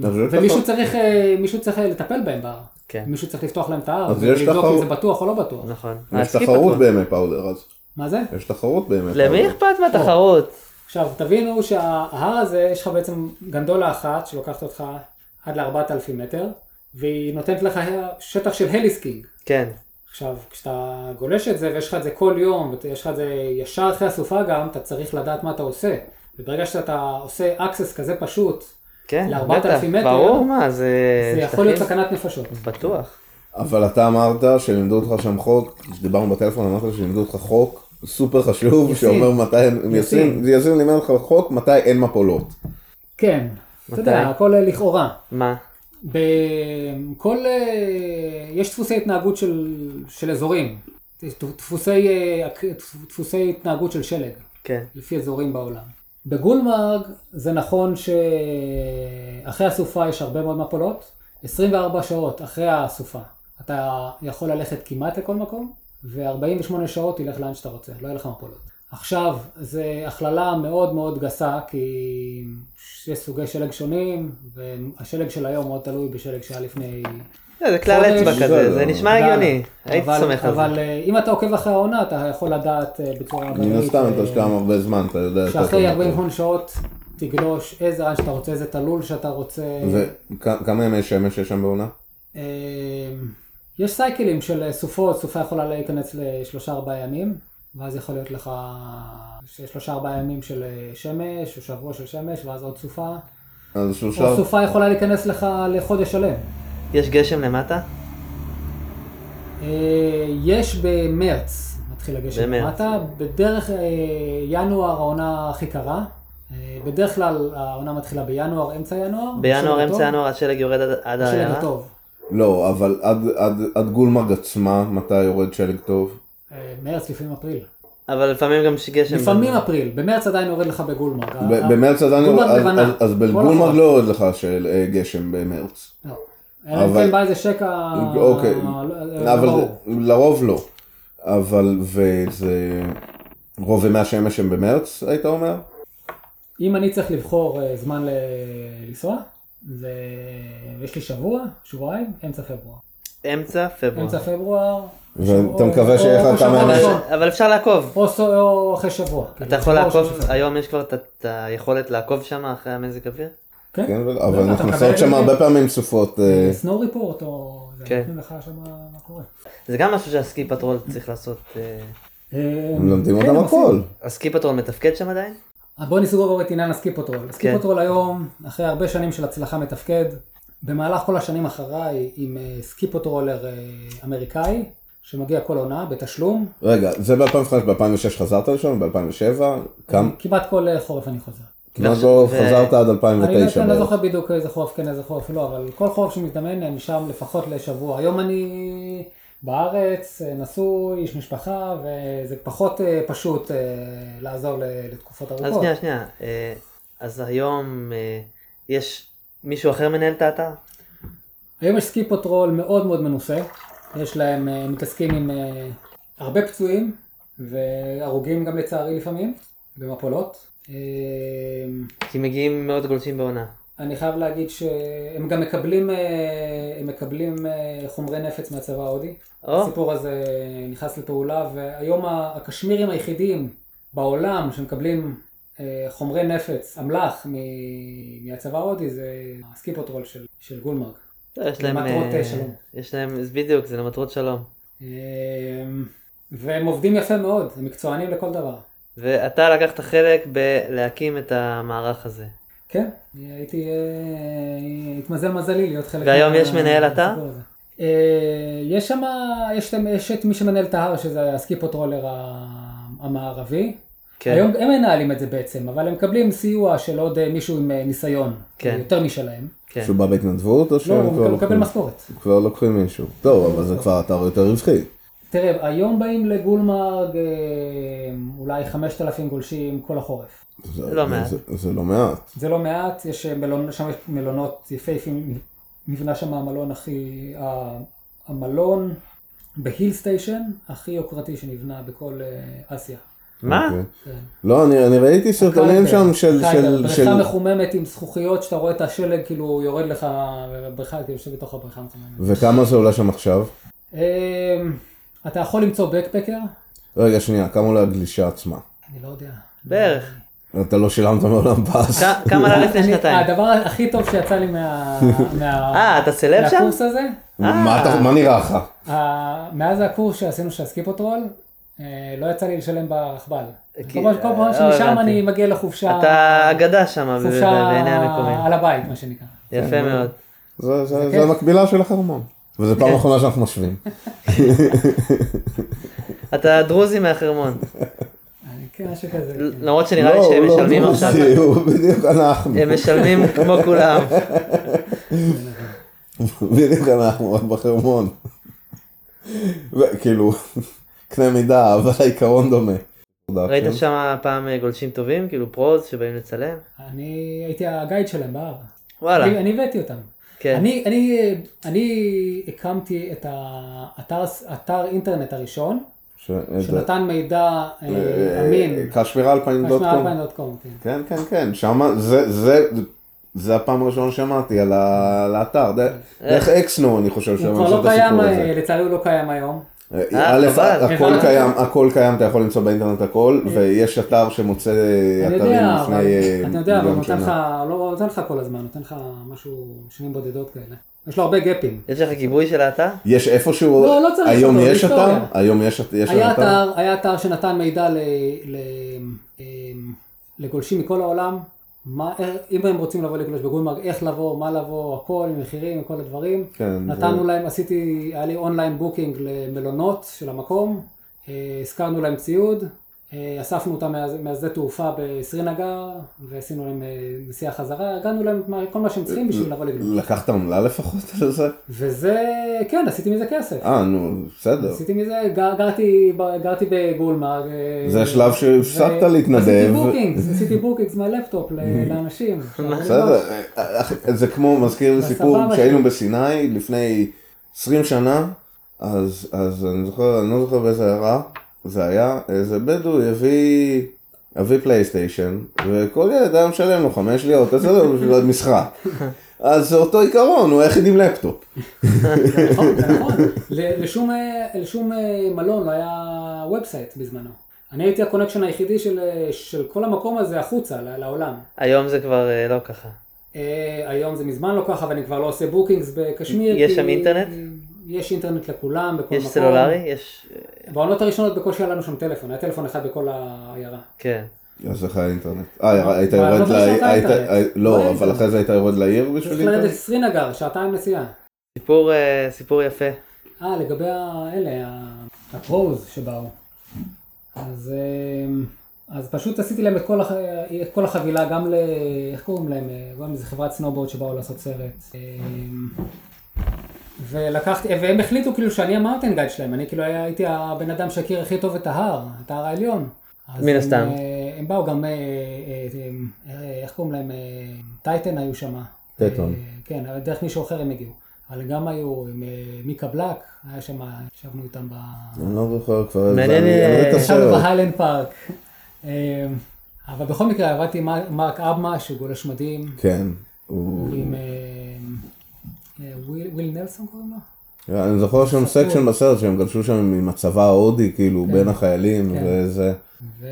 [SPEAKER 2] אז זה
[SPEAKER 1] ומישהו
[SPEAKER 2] פחות.
[SPEAKER 1] צריך, אה, מישהו צריך לטפל בהם בהר.
[SPEAKER 3] כן.
[SPEAKER 1] מישהו צריך לפתוח להם את ההר,
[SPEAKER 2] אז יש
[SPEAKER 1] ולבדוק אם
[SPEAKER 2] תחרות.
[SPEAKER 1] זה בטוח או לא בטוח.
[SPEAKER 3] נכון.
[SPEAKER 2] יש
[SPEAKER 3] הסקי
[SPEAKER 2] תחרות
[SPEAKER 3] פתוח.
[SPEAKER 2] בימי פאודר אז.
[SPEAKER 1] מה זה?
[SPEAKER 2] יש תחרות בימי פאודר.
[SPEAKER 1] לא.
[SPEAKER 3] למי אכפת מהתחרות?
[SPEAKER 1] עכשיו, תבינו שההר הזה, יש לך בעצם גנדולה אחת שלוקחת אותך עד ל-4,000 מטר, והיא נותנת לך שטח של הליסקינג.
[SPEAKER 3] כן,
[SPEAKER 1] עכשיו, כשאתה גולש את זה, ויש לך את זה כל יום, ויש לך את זה ישר אחרי הסופה גם, אתה צריך לדעת מה אתה עושה. וברגע שאתה עושה access כזה פשוט,
[SPEAKER 3] כן,
[SPEAKER 1] ל- 4,000
[SPEAKER 3] בטח.
[SPEAKER 1] מטר,
[SPEAKER 3] ברור מה, זה...
[SPEAKER 1] זה יכול
[SPEAKER 3] אה, שטחים.
[SPEAKER 1] להיות סכנת נפשות.
[SPEAKER 3] בטוח.
[SPEAKER 2] אבל אתה אמרת שלימדו אותך שם חוק, כשדיברנו בטלפון אמרת שלימדו אותך חוק סופר חשוב
[SPEAKER 1] יסין.
[SPEAKER 2] שאומר מתי הם
[SPEAKER 1] יסין.
[SPEAKER 2] יסין, זה יסין לימד אותך חוק מתי אין מפולות.
[SPEAKER 1] כן, אתה
[SPEAKER 3] מתי?
[SPEAKER 1] יודע, הכל אה, לכאורה.
[SPEAKER 3] מה?
[SPEAKER 1] בכל... אה, יש דפוסי התנהגות של, של אזורים. דפוסי, אה, הק- דפוסי התנהגות של שלג,
[SPEAKER 3] כן,
[SPEAKER 1] לפי אזורים בעולם. בגולמרג זה נכון שאחרי הסופה יש הרבה מאוד מפולות. 24 שעות אחרי הסופה אתה יכול ללכת כמעט לכל מקום, ו-48 שעות תלך לאן שאתה רוצה, לא יהיה לך מפולות. עכשיו, זו הכללה מאוד מאוד גסה, כי יש סוגי שלג שונים, והשלג של היום מאוד תלוי בשלג שהיה לפני...
[SPEAKER 3] לא, זה כלל
[SPEAKER 1] חודש.
[SPEAKER 3] אצבע כזה,
[SPEAKER 2] בסדר.
[SPEAKER 3] זה נשמע
[SPEAKER 1] יאללה.
[SPEAKER 3] הגיוני, הייתי
[SPEAKER 1] אבל-
[SPEAKER 3] סומך על זה.
[SPEAKER 1] אבל אה, אם אתה עוקב אחרי העונה, אתה יכול לדעת אה, בצורה...
[SPEAKER 2] מן
[SPEAKER 1] ודאית,
[SPEAKER 2] הסתם
[SPEAKER 1] אה,
[SPEAKER 2] לא אתה שם הרבה זמן, אתה יודע. יותר טוב
[SPEAKER 1] שאחרי
[SPEAKER 2] מה
[SPEAKER 1] 48 שעות תגלוש איזה רעש שאתה רוצה, איזה תלול שאתה רוצה.
[SPEAKER 2] קורה. וכמה ימי שמש יש שם בעונה?
[SPEAKER 1] אמ, יש סייקלים של סופות, סופה יכולה להיכנס לשלושה ארבעה ימים, ואז יכול להיות לך שלושה ארבעה ימים של אה, שמש, או שבוע של שמש, ואז עוד סופה.
[SPEAKER 2] אז שלושה...
[SPEAKER 1] או סופה יכולה להיכנס לך לחודש שלם.
[SPEAKER 3] יש גשם למטה?
[SPEAKER 1] אה, יש במרץ, מתחיל הגשם
[SPEAKER 3] במרץ.
[SPEAKER 1] למטה, בדרך אה, ינואר העונה הכי קרה. אה, בדרך כלל העונה מתחילה בינואר, אמצע ינואר.
[SPEAKER 3] בינואר,
[SPEAKER 1] השלג
[SPEAKER 3] אמצע
[SPEAKER 1] הטוב,
[SPEAKER 3] ינואר, השלג יורד עד- עד
[SPEAKER 1] השלג
[SPEAKER 3] העיירה?
[SPEAKER 1] הטוב.
[SPEAKER 2] לא, אבל עד, עד, עד גולמרג עצמה, מתי יורד שלג טוב?
[SPEAKER 1] אה, מרץ לפעמים אפריל.
[SPEAKER 3] אבל לפעמים גם שגשם.
[SPEAKER 1] לפעמים אפריל, במרץ עדיין יורד לך בגולמרג.
[SPEAKER 2] ב- במרץ עדיין,
[SPEAKER 1] אה, גולמרג
[SPEAKER 2] אז-
[SPEAKER 1] לבנה.
[SPEAKER 2] אז- אז
[SPEAKER 1] כל
[SPEAKER 2] בגולמרג
[SPEAKER 1] החורף.
[SPEAKER 2] לא יורד לך של אה, גשם במרץ.
[SPEAKER 1] לא. אלא אם
[SPEAKER 2] אבל-
[SPEAKER 1] כן בא איזה שקע...
[SPEAKER 2] אוקיי,
[SPEAKER 1] לא- לא
[SPEAKER 2] אבל
[SPEAKER 1] ברור.
[SPEAKER 2] לרוב לא. אבל וזה רוב ימי השמש הם במרץ היית אומר?
[SPEAKER 1] אם אני צריך לבחור אה, זמן ל- לנסוע, זה... יש לי שבוע, שבועיים, אמצע פברואר.
[SPEAKER 3] אמצע פברואר.
[SPEAKER 1] אמצע פברואר.
[SPEAKER 2] ואתה
[SPEAKER 1] או-
[SPEAKER 2] מקווה
[SPEAKER 1] או-
[SPEAKER 2] שיהיה לך
[SPEAKER 1] או
[SPEAKER 2] כמה
[SPEAKER 1] שבוע
[SPEAKER 2] ימים
[SPEAKER 3] אבל-
[SPEAKER 2] ש-
[SPEAKER 1] ראשון,
[SPEAKER 3] אבל אפשר לעקוב.
[SPEAKER 1] או ס- או אחרי שבוע.
[SPEAKER 3] אתה
[SPEAKER 1] כאילו,
[SPEAKER 3] יכול
[SPEAKER 1] שבוע
[SPEAKER 3] לעקוב,
[SPEAKER 1] ראשון.
[SPEAKER 3] היום יש כבר את- את היכולת לעקוב שם אחרי המזג אוויר?
[SPEAKER 2] כן,
[SPEAKER 1] כן.
[SPEAKER 2] אבל-
[SPEAKER 1] אתה
[SPEAKER 2] אבל
[SPEAKER 1] מקבל את
[SPEAKER 2] נכנסות
[SPEAKER 1] זה?
[SPEAKER 2] שם הרבה פעמים סופות. אה,
[SPEAKER 1] סנואו ריפורט או... זה,
[SPEAKER 3] כן.
[SPEAKER 1] נותנים לך שם מה קורה.
[SPEAKER 3] זה גם משהו שהסקי פטרול צריך לעשות. אה,
[SPEAKER 1] אה,
[SPEAKER 2] הם לומדים
[SPEAKER 1] כן,
[SPEAKER 2] אותם
[SPEAKER 1] הם עושים.
[SPEAKER 2] הכל.
[SPEAKER 3] הסקי פטרול מתפקד שם עדיין?
[SPEAKER 1] אז בואו אה, נסגור את עניין הסקי פוטרול. הסקי
[SPEAKER 3] כן.
[SPEAKER 1] פוטרול היום, אחרי הרבה שנים של הצלחה מתפקד, במהלך כל השנים אחריי עם אה, סקי פוטרולר אה, אמריקאי, שמגיע כל עונה בתשלום,
[SPEAKER 2] רגע, זה ב-2005, ב-2006 חזרת לשם, ב-2007, כמה?
[SPEAKER 1] כמעט כל אה, חורף אני חוזר.
[SPEAKER 2] כמעט לא
[SPEAKER 3] ועכשיו- ו-
[SPEAKER 2] חזרת עד
[SPEAKER 1] אני לא-
[SPEAKER 2] 2009
[SPEAKER 1] אני לא
[SPEAKER 2] בערך.
[SPEAKER 1] זוכר בדיוק איזה חורף כן, איזה חורף לא, אבל כל חורף שמזדמן אני שם לפחות לשבוע. היום אני בארץ, אה, נשוי, איש משפחה, וזה פחות אה, פשוט אה, לעזור ל- לתקופות
[SPEAKER 3] אז
[SPEAKER 1] ארוכות.
[SPEAKER 3] שנייה, שנייה. אה, אז היום אה, יש מישהו אחר מנהל את האתר?
[SPEAKER 1] היום יש סקי פטרול מאוד מאוד מנוסה, יש להם, אה, מתעסקים עם אה, הרבה פצועים והרוגים גם לצערי לפעמים, במפולות. אה,
[SPEAKER 3] כי מגיעים מאות גולשים בעונה.
[SPEAKER 1] אני חייב להגיד שהם גם מקבלים, אה, הם מקבלים אה, חומרי נפץ מהצבא ההודי.
[SPEAKER 3] או,
[SPEAKER 1] הסיפור הזה נכנס לפעולה, והיום ה- הקשמירים היחידים בעולם שמקבלים אה, חומרי נפץ, אמל"ח, מ- מהצבא ההודי, זה הסקי פטרול של, של גולמרג.
[SPEAKER 3] יש להם...
[SPEAKER 1] למטרות,
[SPEAKER 3] אה,
[SPEAKER 1] אה, שלום.
[SPEAKER 3] יש להם, אז בדיוק, זה למטרות שלום.
[SPEAKER 1] אמ, והם עובדים יפה מאוד, הם מקצוענים לכל דבר.
[SPEAKER 3] ואתה לקחת חלק בלהקים את המערך הזה.
[SPEAKER 1] כן, הייתי, אה, התמזל מזלי להיות חלק
[SPEAKER 3] והיום
[SPEAKER 1] מה-
[SPEAKER 3] יש מנהל אתר?
[SPEAKER 1] מהסיפור הזה. אה, יש שם, יש, את- יש את מי שמנהל את ההר, שזה הסקי פוטרולר ה- המערבי.
[SPEAKER 3] כן.
[SPEAKER 1] היום הם מנהלים את זה בעצם, אבל הם מקבלים סיוע של עוד אה, מישהו עם אה, ניסיון,
[SPEAKER 3] כן.
[SPEAKER 1] יותר משלהם.
[SPEAKER 3] כן.
[SPEAKER 2] שהוא בא בהתנדבות או
[SPEAKER 1] לא,
[SPEAKER 2] שהם כבר אוקיי.
[SPEAKER 1] הוא מקבל לא.
[SPEAKER 2] לוקחים-
[SPEAKER 1] משכורת.
[SPEAKER 2] כבר לוקחים מישהו? טוב, אבל זה כבר אתר יותר רווחי.
[SPEAKER 1] תראה, היום באים לגולמרג אה, אולי 5,000 גולשים כל החורף.
[SPEAKER 2] זה-
[SPEAKER 3] לא מעט.
[SPEAKER 2] זה- זה לא מעט.
[SPEAKER 1] זה לא מעט, יש מלון, שם יש מלונות יפהפים, נבנה שם המלון הכי, ה- המלון בהיל סטיישן הכי יוקרתי שנבנה בכל אה, אסיה.
[SPEAKER 3] מה?
[SPEAKER 2] אוקיי.
[SPEAKER 1] כן.
[SPEAKER 2] לא, אני אני ראיתי סרטונים שם של...
[SPEAKER 1] קיידר,
[SPEAKER 2] של- של-
[SPEAKER 1] בריכה מחוממת עם זכוכיות, שאתה רואה את השלג כאילו יורד לך, בריכה, כאילו יושב בתוך הבריכה המחוממת.
[SPEAKER 2] וכמה זה עולה שם עכשיו?
[SPEAKER 1] אה, אתה יכול למצוא בקפקר?
[SPEAKER 2] רגע, שנייה, כמה עולה הגלישה עצמה?
[SPEAKER 1] אני לא יודע.
[SPEAKER 3] בערך.
[SPEAKER 2] אתה לא שילמת מעולם פס.
[SPEAKER 3] כ- כמה עלה לפני
[SPEAKER 1] אני-
[SPEAKER 3] שנתיים?
[SPEAKER 1] הדבר הכי טוב שיצא לי מה... מה-
[SPEAKER 3] אה, אתה סלב שם?
[SPEAKER 1] מהקורס הזה?
[SPEAKER 2] מה
[SPEAKER 3] אה.
[SPEAKER 2] אתה- מה נראה לך?
[SPEAKER 1] ה- מאז הקורס שעשינו של הסקיפוטרול, אה, לא יצא לי לשלם ברכבל.
[SPEAKER 3] כי-
[SPEAKER 1] כל פעם- כל פעם
[SPEAKER 3] אה,
[SPEAKER 1] שמשם
[SPEAKER 3] הבנתי.
[SPEAKER 1] אני מגיע לחופשה,
[SPEAKER 3] אתה אגדה שם ב-
[SPEAKER 1] חופשה כן.
[SPEAKER 3] בעיני המקומים.
[SPEAKER 1] על הבית, מה שנקרא.
[SPEAKER 3] יפה מאוד.
[SPEAKER 2] זה- זה
[SPEAKER 1] כיף.
[SPEAKER 2] זה המקבילה של החרמון. וזו
[SPEAKER 3] כן.
[SPEAKER 2] פעם אחרונה שאנחנו משווים.
[SPEAKER 3] אתה דרוזי מהחרמון.
[SPEAKER 1] אני- כן,
[SPEAKER 3] לא-
[SPEAKER 1] משהו כזה.
[SPEAKER 3] ל- למרות שנראה לי שהם
[SPEAKER 2] לא, לא,
[SPEAKER 3] משלמים
[SPEAKER 2] לא,
[SPEAKER 3] עכשיו.
[SPEAKER 2] זה- הוא בדיוק אנחנו.
[SPEAKER 3] הם משלמים כמו כולם.
[SPEAKER 2] כן. בדיוק אנחנו רק בחרמון. ו- כאילו, קנה מידה, אבל העיקרון דומה. כן?
[SPEAKER 3] ראית שם פעם אה, גולשים טובים? כאילו פרוז שבאים לצלם?
[SPEAKER 1] אני הייתי הגייד שלהם בהר.
[SPEAKER 3] וואלה.
[SPEAKER 1] אני אני הבאתי אותם.
[SPEAKER 3] כן.
[SPEAKER 1] אני, אני, אני הקמתי את האתר אתר אינטרנט הראשון,
[SPEAKER 2] ש- איזה-
[SPEAKER 1] שנתן מידע אה,
[SPEAKER 2] אה,
[SPEAKER 1] אמין.
[SPEAKER 2] קשמירה אלפיים דוט קום.
[SPEAKER 1] קשמעאלפיין.com, כן.
[SPEAKER 2] כן, כן, כן, שמה, זה, זה, זה הפעם הראשונה שמעתי על, ה, על האתר, ד- דרך אקסנו אני חושב
[SPEAKER 1] אה. הוא
[SPEAKER 2] שהם
[SPEAKER 1] כבר
[SPEAKER 2] עשו
[SPEAKER 1] לא
[SPEAKER 2] את
[SPEAKER 1] קיים,
[SPEAKER 2] הסיפור
[SPEAKER 1] אה,
[SPEAKER 2] הזה.
[SPEAKER 1] לצערי הוא לא קיים היום.
[SPEAKER 2] אה, א',
[SPEAKER 3] חבל.
[SPEAKER 2] הכל
[SPEAKER 1] הבנתי. אה.
[SPEAKER 2] קיים, הכל קיים, אתה יכול למצוא באינטרנט הכל, ויש אתר שמוצא
[SPEAKER 1] אני
[SPEAKER 2] אתרים
[SPEAKER 1] יודע,
[SPEAKER 2] לפני
[SPEAKER 1] אבל,
[SPEAKER 2] אה,
[SPEAKER 1] אתה יודע, אבל הוא
[SPEAKER 2] מיליון
[SPEAKER 1] נותן לך,
[SPEAKER 2] שנה.
[SPEAKER 1] לא נותן לך כל הזמן, נותן לך משהו, שנים בודדות כאלה. יש לו הרבה גפים.
[SPEAKER 3] יש לך גיבוי של האתר?
[SPEAKER 2] יש איפשהו,
[SPEAKER 1] לא, לא צריך
[SPEAKER 2] היום
[SPEAKER 1] אותו,
[SPEAKER 2] יש אתר?
[SPEAKER 1] היסטוריה.
[SPEAKER 2] היום יש יש
[SPEAKER 1] היה
[SPEAKER 2] אתר?
[SPEAKER 1] אתר, היה אתר שנתן מידע ל, ל, אמ, לגולשים מכל העולם, מה, איך- אם הם רוצים לבוא לגלוש בגולמרג, איך לבוא, מה לבוא, הכל, עם מחירים, עם כל הדברים.
[SPEAKER 2] כן,
[SPEAKER 1] נתנו
[SPEAKER 2] זה-
[SPEAKER 1] להם, עשיתי, היה לי אונליין בוקינג למלונות של המקום, אה, הזכרנו להם ציוד, אה, אספנו אותם מה- מהשדה תעופה בסרינגר, ועשינו להם אה, נסיעה חזרה, הגענו להם את מה- כל מה שהם צריכים בשביל לבוא לגנוב.
[SPEAKER 2] לקחת עמלה לפחות על זה?
[SPEAKER 1] וזה, כן, עשיתי מזה כסף.
[SPEAKER 2] אה, נו, בסדר.
[SPEAKER 1] עשיתי מזה, גר, גרתי, ב- גרתי בגולמרג. אה,
[SPEAKER 2] זה השלב שהפסקת
[SPEAKER 1] ו-
[SPEAKER 2] להתנדב.
[SPEAKER 1] עשיתי בוקינגס, עשיתי בוקינגס מהלפטופ ל- לאנשים.
[SPEAKER 2] בסדר,
[SPEAKER 1] לא-
[SPEAKER 2] אה, זה כמו מזכיר לי
[SPEAKER 1] זה
[SPEAKER 2] סיפור
[SPEAKER 1] סבבה.
[SPEAKER 2] כשהיינו בסיני לפני 20 שנה, אז, אז אני זוכר, אני לא זוכר באיזה עיירה זה היה, איזה בדואי הביא, הביא פלייסטיישן, וכל ילד היה משלם לו חמש לירות, אז זה לא בשביל המשחק. אז זה אותו עיקרון, הוא היחיד עם לפטופ.
[SPEAKER 1] זה נכון, זה נכון. ל- לשום, אה, לשום אה, מלון לא היה ובסייט בזמנו. אני הייתי הקונקשן היחידי של, אה, של כל המקום הזה החוצה, ל- לעולם.
[SPEAKER 3] היום זה כבר אה, לא ככה.
[SPEAKER 1] אה, היום זה מזמן לא ככה, ואני כבר לא עושה בוקינגס בקשמיר.
[SPEAKER 3] יש
[SPEAKER 1] כי-
[SPEAKER 3] שם אינטרנט?
[SPEAKER 1] יש אינטרנט לכולם, בכל מקום.
[SPEAKER 3] יש סלולרי? יש... אה,
[SPEAKER 1] בעונות הראשונות בקושי היה לנו שם טלפון, היה טלפון אחד בכל העיירה.
[SPEAKER 3] כן.
[SPEAKER 2] אז איך היה אינטרנט? אה, היית
[SPEAKER 1] מה,
[SPEAKER 2] יורד
[SPEAKER 1] לא
[SPEAKER 2] לעיר?
[SPEAKER 1] בשעות
[SPEAKER 2] היית-
[SPEAKER 1] האינטרנט.
[SPEAKER 2] הי-
[SPEAKER 1] לא
[SPEAKER 2] לא,
[SPEAKER 1] היה
[SPEAKER 2] אבל אחרי זה היית יורד לעיר בשביל
[SPEAKER 1] צריך לרדת
[SPEAKER 2] אינטרנט?
[SPEAKER 1] לסרינגר, שעתיים נסיעה.
[SPEAKER 3] סיפור, אה, סיפור יפה.
[SPEAKER 1] אה, לגבי האלה, ה- הפרוז שבאו. אז, אמ, אז פשוט עשיתי להם את כל, הח... את כל החבילה, גם ל... איך קוראים להם? אה, קוראים לזה חברת סנובורד שבאו לעשות סרט. אמ, ולקחתי, והם החליטו כאילו שאני המאונטן גייד שלהם, אני כאילו היה- הייתי הבן אדם שהכיר הכי טוב את ההר, את ההר העליון. אז
[SPEAKER 3] מן
[SPEAKER 1] הם,
[SPEAKER 3] הסתם.
[SPEAKER 1] אה, הם באו גם, אה, אה, אה, אה, איך קוראים להם? אה, טייטן היו שם.
[SPEAKER 2] טייטון.
[SPEAKER 1] אה, כן, אבל דרך מישהו אחר הם הגיעו. אבל גם היו עם אה, מיקה בלק, היה שם, ישבנו איתם ב...
[SPEAKER 2] אני לא זוכר כבר,
[SPEAKER 3] מעניין,
[SPEAKER 2] אני- אני רואה את
[SPEAKER 3] אה,
[SPEAKER 1] ישבנו
[SPEAKER 2] הסרט.
[SPEAKER 1] בהיילנד פארק. אה, אבל בכל מקרה עבדתי עם מר- מרק אבמה, שהוא גולש מדהים,
[SPEAKER 2] כן, הוא...
[SPEAKER 1] עם אה, אה, וויל וויל נלסון קוראים לו?
[SPEAKER 2] אני זוכר שם סקשן בסרט שהם גלשו שם עם הצבא ההודי, כאילו, בין החיילים
[SPEAKER 1] כן.
[SPEAKER 2] וזה.
[SPEAKER 1] ו-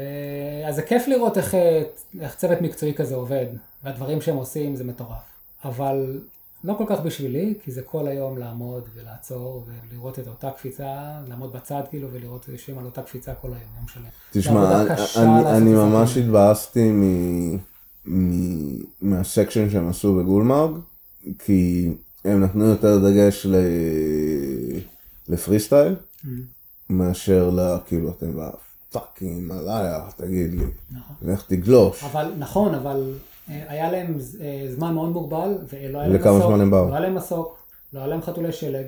[SPEAKER 1] אז זה כיף לראות איך, אה, איך צוות מקצועי כזה עובד, והדברים שהם עושים זה מטורף. אבל לא כל כך בשבילי, כי זה כל היום לעמוד ולעצור ולראות את אותה קפיצה, לעמוד בצד כאילו ולראות יושבים על אותה קפיצה כל היום, לא יום שלם. זה
[SPEAKER 2] תשמע,
[SPEAKER 1] עבודה
[SPEAKER 2] אני-
[SPEAKER 1] קשה
[SPEAKER 2] אני-
[SPEAKER 1] לעשות
[SPEAKER 2] אני
[SPEAKER 1] את זה. כן.
[SPEAKER 2] ממש התבאסתי מ- מ- מהסקשן שהם עשו בגולמרג, כי הם נתנו יותר דגש ל- לפרי סטייל, מאשר ל... כאילו, אתם בפאקינג מלאיה, תגיד לי,
[SPEAKER 1] נכון.
[SPEAKER 2] לך תגלוש.
[SPEAKER 1] אבל נכון, אבל אה, היה להם ז- אה, זמן מאוד מוגבל, ולא היה להם
[SPEAKER 2] לכמה
[SPEAKER 1] מסוק,
[SPEAKER 2] זמן הם באו? נכון.
[SPEAKER 1] לא היה להם מסוק, לא היה להם חתולי שלג.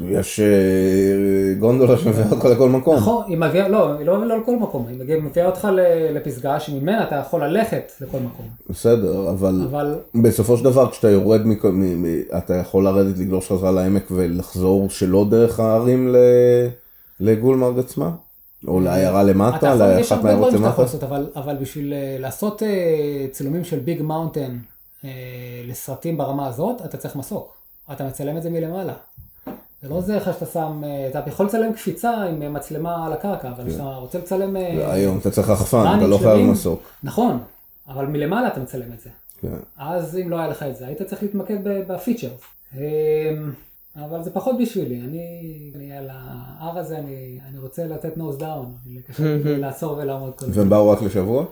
[SPEAKER 2] יש אה, גונדולה שמביאה אותך לכל מקום.
[SPEAKER 1] נכון, היא מביאה, לא, היא לא, לא לכל מקום, היא מגיעה- מביאה אותך ל- לפסגה שממנה אתה יכול ללכת לכל מקום.
[SPEAKER 2] בסדר, אבל...
[SPEAKER 1] אבל
[SPEAKER 2] בסופו של דבר כשאתה יורד, מכ... מ... מ... אתה יכול לרדת לגלוש חזרה לעמק ולחזור שלא דרך ההרים ל... לגולמרג עצמה? או לעיירה
[SPEAKER 1] אתה
[SPEAKER 2] למטה,
[SPEAKER 1] יכול, אה, יש
[SPEAKER 2] לאחת
[SPEAKER 1] הרבה דברים
[SPEAKER 2] מהעיירות
[SPEAKER 1] שאתה יכול
[SPEAKER 2] למטה?
[SPEAKER 1] לעשות, אבל, אבל בשביל אה, לעשות אה, צילומים של ביג מאונטן אה, לסרטים ברמה הזאת, אתה צריך מסוק. אתה מצלם את זה מלמעלה. זה לא עוזר לך שאתה שם, אה, אתה יכול לצלם קפיצה עם אה, מצלמה על הקרקע, אבל כשאתה רוצה לצלם, אה,
[SPEAKER 2] לא, היום אתה צריך רחפן,
[SPEAKER 1] סרטנים
[SPEAKER 2] אתה לא חייב
[SPEAKER 1] שלמים.
[SPEAKER 2] מסוק.
[SPEAKER 1] נכון, אבל מלמעלה אתה מצלם את זה.
[SPEAKER 2] כן.
[SPEAKER 1] אז אם לא היה לך את זה, היית צריך להתמקד ב- בפיצ'רס. אמ, אבל זה פחות בשבילי, אני, אני על ה-R הזה, אני, אני רוצה לתת nose down, לקשר- לעצור ולעמוד כל הזמן.
[SPEAKER 2] והם באו רק לשבוע?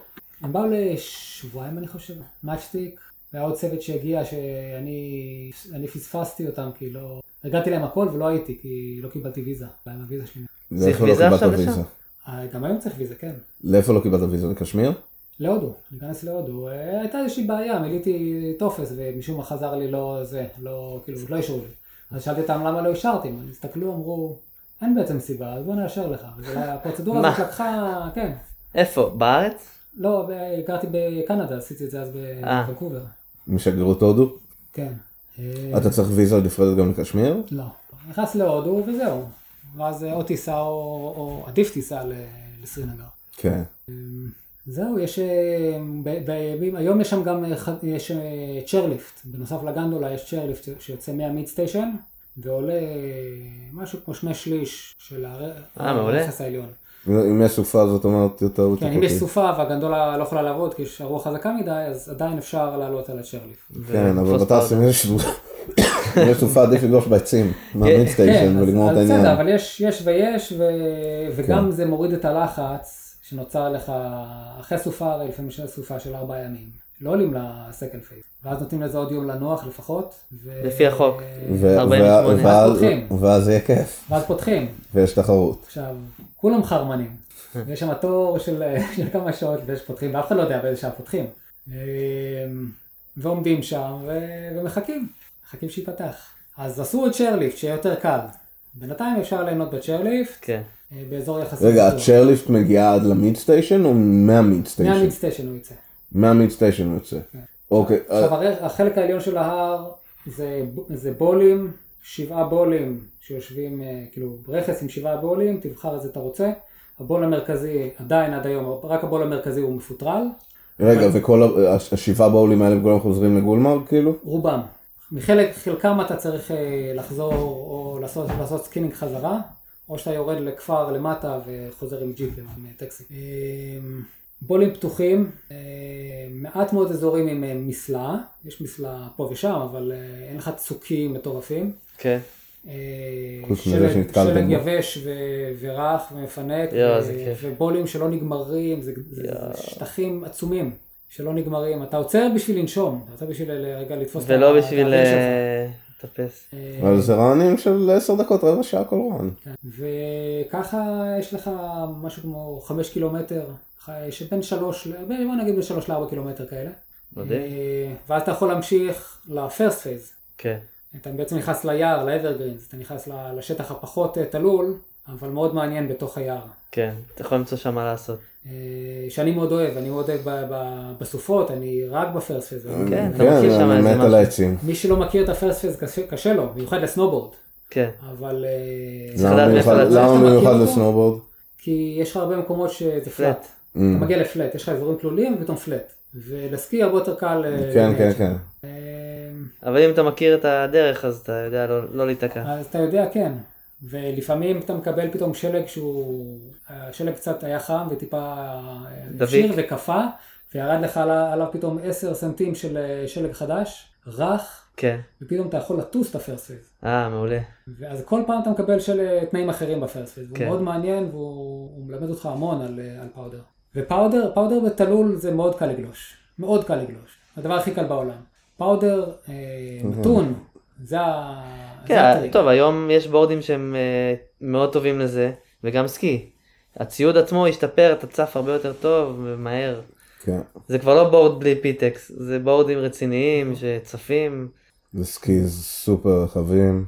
[SPEAKER 1] הם באו לשבועיים אני חושב, מאצ'טיק, והיה עוד צוות שהגיע שאני אני פספסתי אותם כי לא, הגעתי להם הכל ולא הייתי כי לא קיבלתי ויזה, אולי עם הוויזה שלי.
[SPEAKER 2] לאיפה
[SPEAKER 3] צריך
[SPEAKER 2] לא
[SPEAKER 3] ויזה
[SPEAKER 2] קיבלת
[SPEAKER 3] עכשיו
[SPEAKER 2] ויזה?
[SPEAKER 3] לשם?
[SPEAKER 1] אה, גם היום צריך ויזה, כן.
[SPEAKER 2] לאיפה לא קיבלת ויזה? לקשמיר?
[SPEAKER 1] להודו, להיכנס להודו. אה, הייתה איזושהי בעיה, מילאתי טופס ומשום מה חזר לי לא זה, לא, כאילו, לא אישרו לי. אז שאלתי אותם למה לא אישרתם, אז הסתכלו, אמרו, אין בעצם סיבה, אז בוא נאשר לך. אבל הפרוצדורה
[SPEAKER 3] מה?
[SPEAKER 1] הזאת לקחה, כן.
[SPEAKER 3] איפה? בארץ?
[SPEAKER 1] לא, ב- הכרתי בקנדה, עשיתי את זה אז
[SPEAKER 3] אה.
[SPEAKER 1] בוונקובר.
[SPEAKER 2] משגרירות הודו?
[SPEAKER 1] כן. אה,
[SPEAKER 2] אתה צריך ויזה נפרדת גם לקשמיר?
[SPEAKER 1] לא. נכנס להודו וזהו. ואז אה, או טיסה או, או עדיף טיסה ל- לסרינגר.
[SPEAKER 2] כן.
[SPEAKER 1] זהו, יש... אה, ב- בימים, היום יש שם גם אה, ח- יש אה, צ'רליפט. בנוסף לגנדולה יש צ'רליפט ש- שיוצא מהמיד סטיישן, ועולה אה, משהו כמו שני שליש של הר-
[SPEAKER 3] אה, מעולה. אוקיי.
[SPEAKER 1] הרכס העליון.
[SPEAKER 2] אם יש סופה זאת אומרת יותר
[SPEAKER 1] כן, אם יש
[SPEAKER 2] בטיחותי.
[SPEAKER 1] סופה והגנדולה לא יכולה לעבוד כי יש הרוח חזקה מדי, אז עדיין אפשר לעלות על הצ'רליפט.
[SPEAKER 2] כן, אבל
[SPEAKER 3] ולתפוס
[SPEAKER 2] בטס אם
[SPEAKER 3] פאודה.
[SPEAKER 2] יש אם יש סופה עדיף לגלוש בעצים. מהמיד סטיישן
[SPEAKER 1] כן, אז-
[SPEAKER 2] ולגמור
[SPEAKER 1] אז
[SPEAKER 2] את העניין. כן.
[SPEAKER 1] בסדר, אבל יש, יש ויש, ו... וגם זה מוריד את הלחץ שנוצר לך אחרי סופה, הרי לפעמים יש סופה של ארבעה ימים. לא עולים לסקנד פייס. ואז נותנים לזה עוד יום לנוח לפחות. ו...
[SPEAKER 3] לפי החוק.
[SPEAKER 2] ו-
[SPEAKER 3] 48.
[SPEAKER 2] ו- ואז-
[SPEAKER 1] פותחים.
[SPEAKER 2] ואז יהיה כיף,
[SPEAKER 1] ואז פותחים.
[SPEAKER 2] ויש תחרות.
[SPEAKER 1] עכשיו, כולם חרמנים. יש שם תור של, של כמה שעות לפני שפותחים, ואף אחד לא יודע באיזה שעה פותחים. אמ, ועומדים שם ו... ומחכים, מחכים שייפתח. אז עשו את שיירליפט, שיהיה יותר קל. בינתיים אפשר ליהנות בצ'יירליפט,
[SPEAKER 3] כן.
[SPEAKER 1] אה, באזור יחסית.
[SPEAKER 2] רגע,
[SPEAKER 1] בטוח.
[SPEAKER 2] הצ'יירליפט מגיעה עד למיד סטיישן או מהמיד סטיישן?
[SPEAKER 1] מהמיד סטיישן הוא יצא.
[SPEAKER 2] מהמיד סטיישן הוא יוצא. אוקיי, אה,
[SPEAKER 1] עכשיו הר- החלק העליון של ההר זה, ב- זה בולים, שבעה בולים שיושבים, אה, כאילו רכס עם שבעה בולים, תבחר איזה אתה רוצה. הבול המרכזי עדיין עד היום, רק הבול המרכזי הוא מפוטרל,
[SPEAKER 2] רגע, וכל ה- הש- השבעה באולים האלה כולם חוזרים לגולמר כאילו?
[SPEAKER 1] רובם. מחלק, חלקם אתה צריך אה, לחזור או לעשות, לעשות סקינינג חזרה, או שאתה יורד לכפר למטה וחוזר עם ג'יפ עם אה, טקסי. אה, בולים פתוחים, אה, מעט מאוד אזורים עם אה, מסלעה, יש מסלעה פה ושם, אבל אה, אין לך צוקים מטורפים.
[SPEAKER 3] כן.
[SPEAKER 1] אה,
[SPEAKER 2] חוץ מזה
[SPEAKER 1] שלג
[SPEAKER 2] שנתקלתם
[SPEAKER 1] שלג
[SPEAKER 2] בו.
[SPEAKER 1] יבש ו- ורך ומפנק,
[SPEAKER 3] יואו,
[SPEAKER 1] ו-
[SPEAKER 3] זה כיף.
[SPEAKER 1] ובולים שלא נגמרים, זה, זה,
[SPEAKER 3] יואו.
[SPEAKER 1] זה שטחים עצומים שלא נגמרים. אתה עוצר בשביל לנשום, אתה עוצר בשביל ל- רגע לתפוס את ה-
[SPEAKER 3] ולא
[SPEAKER 1] את
[SPEAKER 3] בשביל
[SPEAKER 1] האוויר
[SPEAKER 3] אה, לטפס.
[SPEAKER 1] שלך. אה,
[SPEAKER 2] אבל זה רענים של עשר דקות, רבע שעה כל רען.
[SPEAKER 1] כן. וככה יש לך משהו כמו חמש קילומטר, ח- שבין שלוש, ל- בין- בוא נגיד בין שלוש לארבע קילומטר כאלה.
[SPEAKER 3] מדהים.
[SPEAKER 1] אה, ואז אתה יכול להמשיך לפרסט פייז.
[SPEAKER 3] כן.
[SPEAKER 1] אתה בעצם נכנס ליער, לאברגרינס, אתה נכנס ל- לשטח הפחות אה, תלול, אבל מאוד מעניין בתוך היער.
[SPEAKER 3] כן. אתה יכול למצוא שם מה לעשות.
[SPEAKER 1] אה, שאני מאוד אוהב, אני מאוד אוהב ב- ב- בסופות, אני רק בפרסט פייז.
[SPEAKER 3] כן,
[SPEAKER 2] כן,
[SPEAKER 3] אתה מכיר שם
[SPEAKER 2] אני
[SPEAKER 3] איזה
[SPEAKER 2] מת על
[SPEAKER 3] משהו.
[SPEAKER 2] העצים.
[SPEAKER 1] מי שלא מכיר את הפרסט פייז קשה, קשה לו, במיוחד לסנובורד,
[SPEAKER 3] כן.
[SPEAKER 1] אבל... אה,
[SPEAKER 3] צריך
[SPEAKER 2] למה
[SPEAKER 3] לדעת מאיפה
[SPEAKER 2] במיוחד-
[SPEAKER 3] לצאת.
[SPEAKER 2] למה
[SPEAKER 1] אתה מכיר
[SPEAKER 2] במיוחד
[SPEAKER 1] אותו?
[SPEAKER 2] לסנובורד?
[SPEAKER 1] כי יש לך הרבה מקומות שזה
[SPEAKER 3] פלט.
[SPEAKER 1] פלט.
[SPEAKER 2] אמ,
[SPEAKER 1] אתה מגיע לפלט, יש לך אזורים תלולים ופתאום פלט. ולסקי הרבה יותר קל... אה,
[SPEAKER 2] כן, כן,
[SPEAKER 1] לנהל.
[SPEAKER 2] כן.
[SPEAKER 1] אה,
[SPEAKER 3] אבל אם אתה מכיר את הדרך, אז אתה יודע לא לא להיתקע.
[SPEAKER 1] אז אתה יודע, כן. ולפעמים אתה מקבל פתאום שלג שהוא... השלג קצת היה חם וטיפה... אה,
[SPEAKER 3] דביק.
[SPEAKER 1] שיר וקפא, וירד לך על- עליו פתאום 10 סנטים של אה, שלג חדש, רך,
[SPEAKER 3] כן.
[SPEAKER 1] ופתאום אתה יכול לטוס את הפרסט פייז.
[SPEAKER 3] אה, מעולה.
[SPEAKER 1] ואז כל פעם אתה מקבל של אה, תנאים אחרים בפרסט פייז.
[SPEAKER 3] כן.
[SPEAKER 1] הוא מאוד מעניין והוא הוא מלמד אותך המון על, אה, על פאודר. ופאודר, פאודר בתלול זה מאוד קל לגלוש. מאוד קל לגלוש. הדבר הכי קל בעולם. פאודר אה, מתון, זה ה... זה
[SPEAKER 3] אוקיי. כן,
[SPEAKER 1] הטריק.
[SPEAKER 3] טוב, היום יש בורדים שהם אה, מאוד טובים לזה, וגם סקי. הציוד עצמו השתפר, אתה צף הרבה יותר טוב ומהר.
[SPEAKER 2] כן.
[SPEAKER 3] זה כבר לא בורד בלי פיטקס, זה בורדים רציניים שצפים.
[SPEAKER 2] זה סקיז סופר רחבים.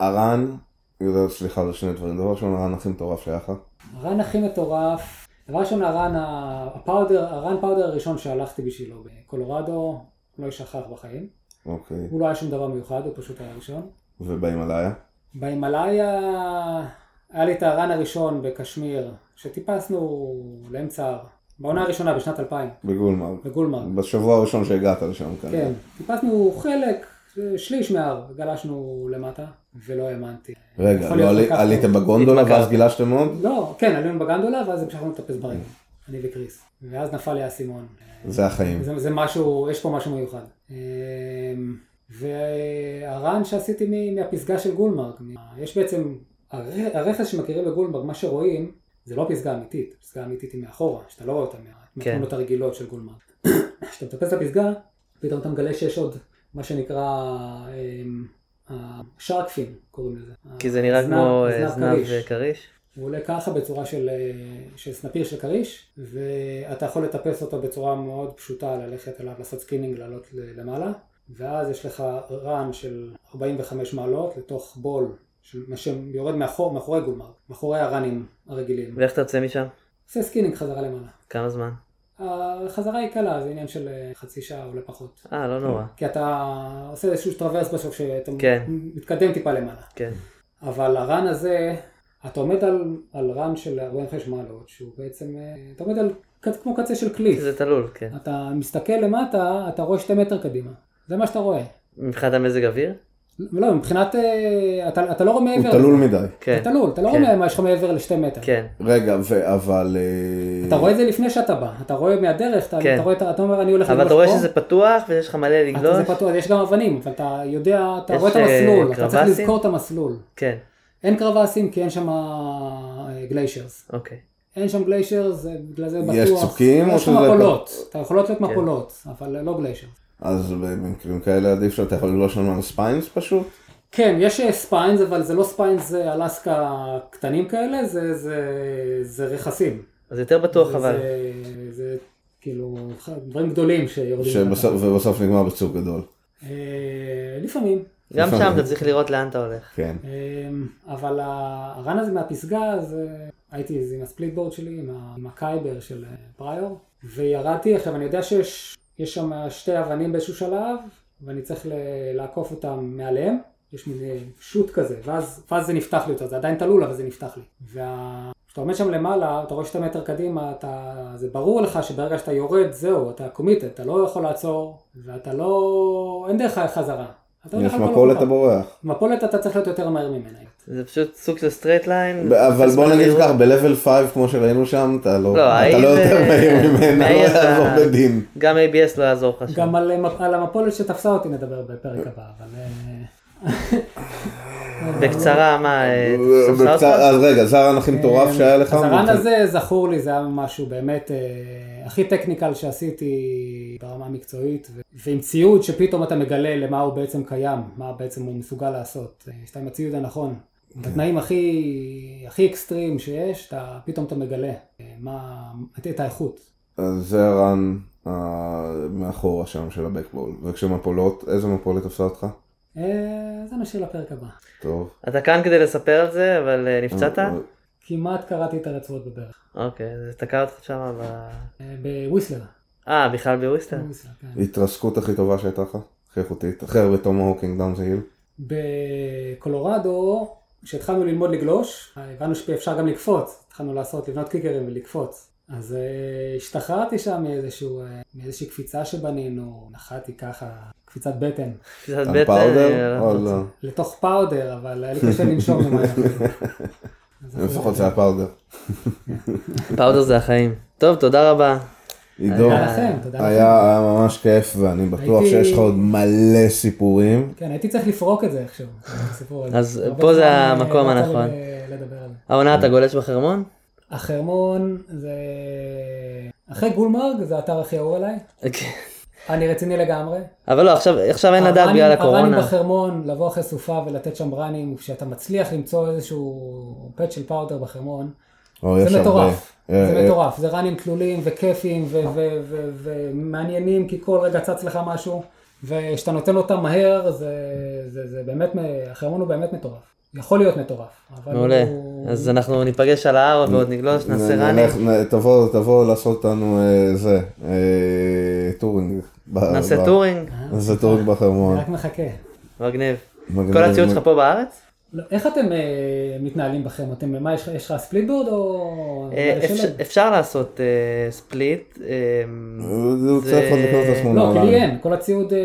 [SPEAKER 2] הרן, זה- סליחה, זה שני דברים. דבר ראשון, הרן הכי מטורף שהיה לך.
[SPEAKER 1] הרן הכי מטורף, דבר ראשון הרן ה- הפאודר, הרן פאודר הראשון שהלכתי בשבילו בקולורדו, לא יישכח בחיים.
[SPEAKER 2] אוקיי.
[SPEAKER 1] הוא לא היה שום דבר מיוחד, הוא פשוט היה ראשון.
[SPEAKER 2] ובאים עליה.
[SPEAKER 1] בהימאליה, היה לי את הרן הראשון בקשמיר, שטיפסנו לאמצע ההר, בעונה הראשונה בשנת 2000,
[SPEAKER 2] בגולמרק.
[SPEAKER 1] בגולמרק.
[SPEAKER 2] בשבוע הראשון שהגעת לשם כנראה.
[SPEAKER 1] כן, טיפסנו חלק, שליש מההר, גלשנו למטה, ולא האמנתי.
[SPEAKER 2] רגע,
[SPEAKER 1] יכול
[SPEAKER 2] לא
[SPEAKER 1] להיות
[SPEAKER 2] עלי-
[SPEAKER 1] לקחנו-
[SPEAKER 2] עליתם בגונדולה
[SPEAKER 3] התמכרת.
[SPEAKER 2] ואז גילשתם עוד?
[SPEAKER 1] לא, כן, עלינו בגנדולה, ואז המשכנו לטפס ברגל, אני וקריס. ואז נפל לי האסימון.
[SPEAKER 2] זה החיים.
[SPEAKER 1] זה, זה משהו, יש פה משהו מיוחד. אמ, והרן שעשיתי מ- מהפסגה של גולמרק, מה- יש בעצם, הר- הרכס שמכירים בגולמרק, מה שרואים, זה לא פסגה אמיתית, פסגה אמיתית היא מאחורה, שאתה לא רואה אותה מה- מהתמונות הרגילות של גולמרק. כשאתה מטפס לפסגה, פתאום אתה מגלה שיש עוד מה שנקרא שרקפין, קוראים לזה.
[SPEAKER 3] כי זה נראה
[SPEAKER 1] הזנב-
[SPEAKER 3] כמו אה,
[SPEAKER 1] הזנב
[SPEAKER 3] זנב
[SPEAKER 1] כריש.
[SPEAKER 3] וכריש.
[SPEAKER 1] הוא עולה ככה בצורה של, אה, של סנפיר של כריש, ואתה יכול לטפס אותו בצורה מאוד פשוטה, ללכת אליו, לעשות סקינינג, לעלות ל- למעלה, ואז יש לך run של 45 מעלות לתוך בול, של- מה שיורד מאחור, מאחורי גולמרק, מאחורי הראנים הרגילים.
[SPEAKER 3] ואיך אתה יוצא משם?
[SPEAKER 1] עושה סקינינג חזרה למעלה.
[SPEAKER 3] כמה זמן?
[SPEAKER 1] החזרה היא קלה, זה עניין של אה, חצי שעה אולי פחות.
[SPEAKER 3] אה, לא נורא.
[SPEAKER 1] כי אתה עושה איזשהו טרוורס בסוף, שאתה
[SPEAKER 3] כן.
[SPEAKER 1] מתקדם טיפה למעלה.
[SPEAKER 3] כן.
[SPEAKER 1] אבל הרן הזה, אתה עומד על, על רן של 45 מעלות, שהוא בעצם, אה, אתה עומד על קצ- כמו קצה של קליף.
[SPEAKER 3] כי זה תלול, כן.
[SPEAKER 1] אתה מסתכל למטה, אתה רואה שתי מטר קדימה. זה מה שאתה רואה.
[SPEAKER 3] מבחינת המזג אוויר?
[SPEAKER 1] לא, מבחינת, אה, אתה, אתה לא רואה מעבר.
[SPEAKER 2] הוא תלול מדי.
[SPEAKER 1] זה
[SPEAKER 3] כן.
[SPEAKER 1] תלול, אתה לא
[SPEAKER 3] כן.
[SPEAKER 1] רואה מה יש לך מעבר לשתי מטר.
[SPEAKER 3] כן.
[SPEAKER 2] רגע, ו- אבל... אה,
[SPEAKER 1] אתה רואה את זה לפני שאתה בא, אתה רואה מהדרך, אתה,
[SPEAKER 3] כן.
[SPEAKER 1] אתה, רואה, את ה- אתה אומר אני הולך
[SPEAKER 3] אבל אתה רואה שזה פתוח ויש לך מלא
[SPEAKER 1] אתה-
[SPEAKER 3] לגלוש?
[SPEAKER 1] זה פתוח, יש גם אבנים, אבל אתה יודע, אתה
[SPEAKER 3] יש,
[SPEAKER 1] רואה את
[SPEAKER 3] אה,
[SPEAKER 1] המסלול, אתה צריך
[SPEAKER 3] קרבסים?
[SPEAKER 1] לזכור את המסלול.
[SPEAKER 3] כן.
[SPEAKER 1] אה, אין קרבסים כי אין שם גליישרס.
[SPEAKER 3] אוקיי.
[SPEAKER 1] אין שם גליישר, זה בגלל זה בטוח.
[SPEAKER 2] יש צוקים או
[SPEAKER 1] יש שם
[SPEAKER 2] שזה-
[SPEAKER 1] מפולות, אתה יכולות להיות מפולות, אבל לא גליישר.
[SPEAKER 2] אז במקרים כאלה עדיף שאתה יכול לגלוש לנו על ספיינס פשוט?
[SPEAKER 1] כן, יש אה, ספיינס, אבל זה לא ספיינס, זה אלסקה קטנים כאלה, זה, זה, זה רכסים.
[SPEAKER 3] אז יותר בטוח
[SPEAKER 1] זה-
[SPEAKER 3] אבל.
[SPEAKER 1] זה, זה כאילו דברים גדולים שיורדים.
[SPEAKER 2] שבסוף- ובסוף נגמר בצוק גדול.
[SPEAKER 1] אה, לפעמים.
[SPEAKER 3] גם
[SPEAKER 2] לפעמים.
[SPEAKER 3] שם אתה צריך לראות לאן אתה הולך.
[SPEAKER 2] כן.
[SPEAKER 1] אמ, אבל ה- הרן הזה מהפסגה, אז אה, הייתי אז עם הספליט בורד שלי, עם ה- עם הקייבר של אה, פריור, וירדתי, עכשיו אני יודע שיש יש שם שתי אבנים באיזשהו שלב, ואני צריך ל- לעקוף אותם מעליהם, יש מזה שוט כזה, ואז, ואז זה נפתח לי יותר, זה עדיין תלול, אבל זה נפתח לי. וה- כשאתה עומד שם למעלה, אתה רואה שאתה מטר קדימה, אתה, זה ברור לך שברגע שאתה יורד, זהו, אתה קומיטד, אתה לא יכול לעצור, ואתה לא, אין דרך חזרה. אתה לא הולך
[SPEAKER 2] יש
[SPEAKER 1] על כל
[SPEAKER 2] מפולת
[SPEAKER 1] הכוח.
[SPEAKER 2] אתה בורח.
[SPEAKER 1] מפולת אתה צריך להיות יותר מהר ממנה.
[SPEAKER 3] זה פשוט סוג של סטרייט ליין.
[SPEAKER 2] ב- אבל בוא נגיד כך, ב-level 5 כמו שראינו שם, אתה לא
[SPEAKER 3] לא,
[SPEAKER 2] אתה
[SPEAKER 3] האם,
[SPEAKER 2] לא יותר
[SPEAKER 3] אה,
[SPEAKER 2] מהיר ממנה, לא
[SPEAKER 3] מהיר אתה-
[SPEAKER 2] יעזור בדין.
[SPEAKER 3] גם ABS לא יעזור לך שם.
[SPEAKER 1] גם על, אה, על המפולת שתפסה אותי נדבר בפרק הבא, אבל... אה,
[SPEAKER 3] בקצרה, מה, אה, תפסה אותך?
[SPEAKER 2] בקצת- אז רגע, זה הרנכי מטורף שהיה לך?
[SPEAKER 1] אה, אז הרן כן. הזה זכור לי, זה היה משהו באמת אה, הכי טכניקל שעשיתי ברמה המקצועית, ו- ועם ציוד שפתאום אתה מגלה למה הוא בעצם קיים, מה בעצם הוא מסוגל לעשות, אה, שאתה עם הציוד הנכון. בתנאים הכי, הכי אקסטרים שיש, אתה, פתאום אתה מגלה אה, מה, את- את האיכות.
[SPEAKER 2] אז זה הרן אה, מאחורה שם של הבקבול. וכשמפולות, איזה מפולת עושה אותך?
[SPEAKER 1] אה, זה נשאיר לפרק הבא.
[SPEAKER 2] טוב.
[SPEAKER 3] אתה כאן כדי לספר על זה, אבל אה, נפצעת?
[SPEAKER 2] אה,
[SPEAKER 1] כמעט קראתי את הרצועות בברך.
[SPEAKER 3] אוקיי, זה תקע אותך שם ב...
[SPEAKER 1] אה, בוויסלר.
[SPEAKER 3] אה, בכלל בוויסטר?
[SPEAKER 1] בוויסלר, כן.
[SPEAKER 2] התרסקות הכי טובה שהייתה לך? הכי איכותית? אחרי הרבה תום הוקינג דאון זה היל?
[SPEAKER 1] בקולורדו, כשהתחלנו ללמוד לגלוש, הבנו שאפשר גם לקפוץ, התחלנו לעשות, לבנות קיקרים ולקפוץ. אז אה, השתחררתי שם מאיזשהו, אה, מאיזושהי קפיצה שבנינו, נחתי ככה, קפיצת בטן,
[SPEAKER 3] קצת
[SPEAKER 2] על
[SPEAKER 3] בטן,
[SPEAKER 2] פאודר?
[SPEAKER 3] אה,
[SPEAKER 2] או לא?
[SPEAKER 1] לתוך פאודר, אבל היה לי קשה לנשום ממנו. אז אנחנו-
[SPEAKER 2] לפחות זה היה פאודר.
[SPEAKER 3] פאודר זה החיים. טוב, תודה רבה.
[SPEAKER 2] עידו,
[SPEAKER 1] תודה לכם, תודה לכם.
[SPEAKER 2] היה היה ממש כיף ואני בטוח
[SPEAKER 1] הייתי-
[SPEAKER 2] שיש לך עוד מלא סיפורים.
[SPEAKER 1] כן, הייתי צריך לפרוק את זה איכשהו, את הסיפור הזה.
[SPEAKER 3] אז
[SPEAKER 1] הרבה
[SPEAKER 3] פה זה
[SPEAKER 1] זמן, אה,
[SPEAKER 3] המקום
[SPEAKER 1] לא יצא לי
[SPEAKER 3] הנכון.
[SPEAKER 1] ל- לדבר על זה.
[SPEAKER 3] העונה, אתה גולש בחרמון?
[SPEAKER 1] החרמון זה... אחרי גולמרג זה האתר הכי אהוב עליי.
[SPEAKER 3] אוקיי.
[SPEAKER 1] אני רציני לגמרי.
[SPEAKER 3] אבל לא, עכשיו עכשיו אין לדעת בגלל הקורונה.
[SPEAKER 1] הרנים בחרמון, לבוא אחרי סופה ולתת שם רנים, כשאתה מצליח למצוא איזשהו פט של פאודר בחרמון,
[SPEAKER 2] או, יש
[SPEAKER 1] זה
[SPEAKER 2] הרבה.
[SPEAKER 1] מטורף.
[SPEAKER 2] אה,
[SPEAKER 1] זה
[SPEAKER 2] אה,
[SPEAKER 1] מטורף, זה רנים תלולים וכיפים ו- ו- ו- ומעניינים, כי כל רגע צץ לך משהו, וכשאתה נותן אותם מהר, זה- זה זה באמת, מ- החרמון הוא באמת מטורף. יכול להיות מטורף. אבל
[SPEAKER 3] מעולה.
[SPEAKER 1] הוא-
[SPEAKER 3] אז אנחנו ניפגש על ההר ועוד נגלוש, נעשה
[SPEAKER 2] נ-
[SPEAKER 3] רני.
[SPEAKER 2] אה, נלך, נ- תבוא, תבוא לעשות אותנו אה, זה, אה, טורינג. ב- ב-
[SPEAKER 3] נעשה טורינג.
[SPEAKER 2] נעשה טורינג בחרמון.
[SPEAKER 1] אני רק מחכה.
[SPEAKER 3] מגניב.
[SPEAKER 2] מגניב.
[SPEAKER 3] כל הציוד שלך פה בארץ?
[SPEAKER 1] לא, איך אתם אה, מתנהלים בחרמון? אתם, מה, יש לך- יש לך ספליט בורד או...
[SPEAKER 3] אה,
[SPEAKER 1] מה, לשלב?
[SPEAKER 3] אפשר- אפשר לעשות אה, ספליט. אה,
[SPEAKER 2] זה הוא צריך עוד לקנות את עצמו
[SPEAKER 1] לא, כי לי
[SPEAKER 2] מהעולם.
[SPEAKER 1] אין, כל הציוד אה,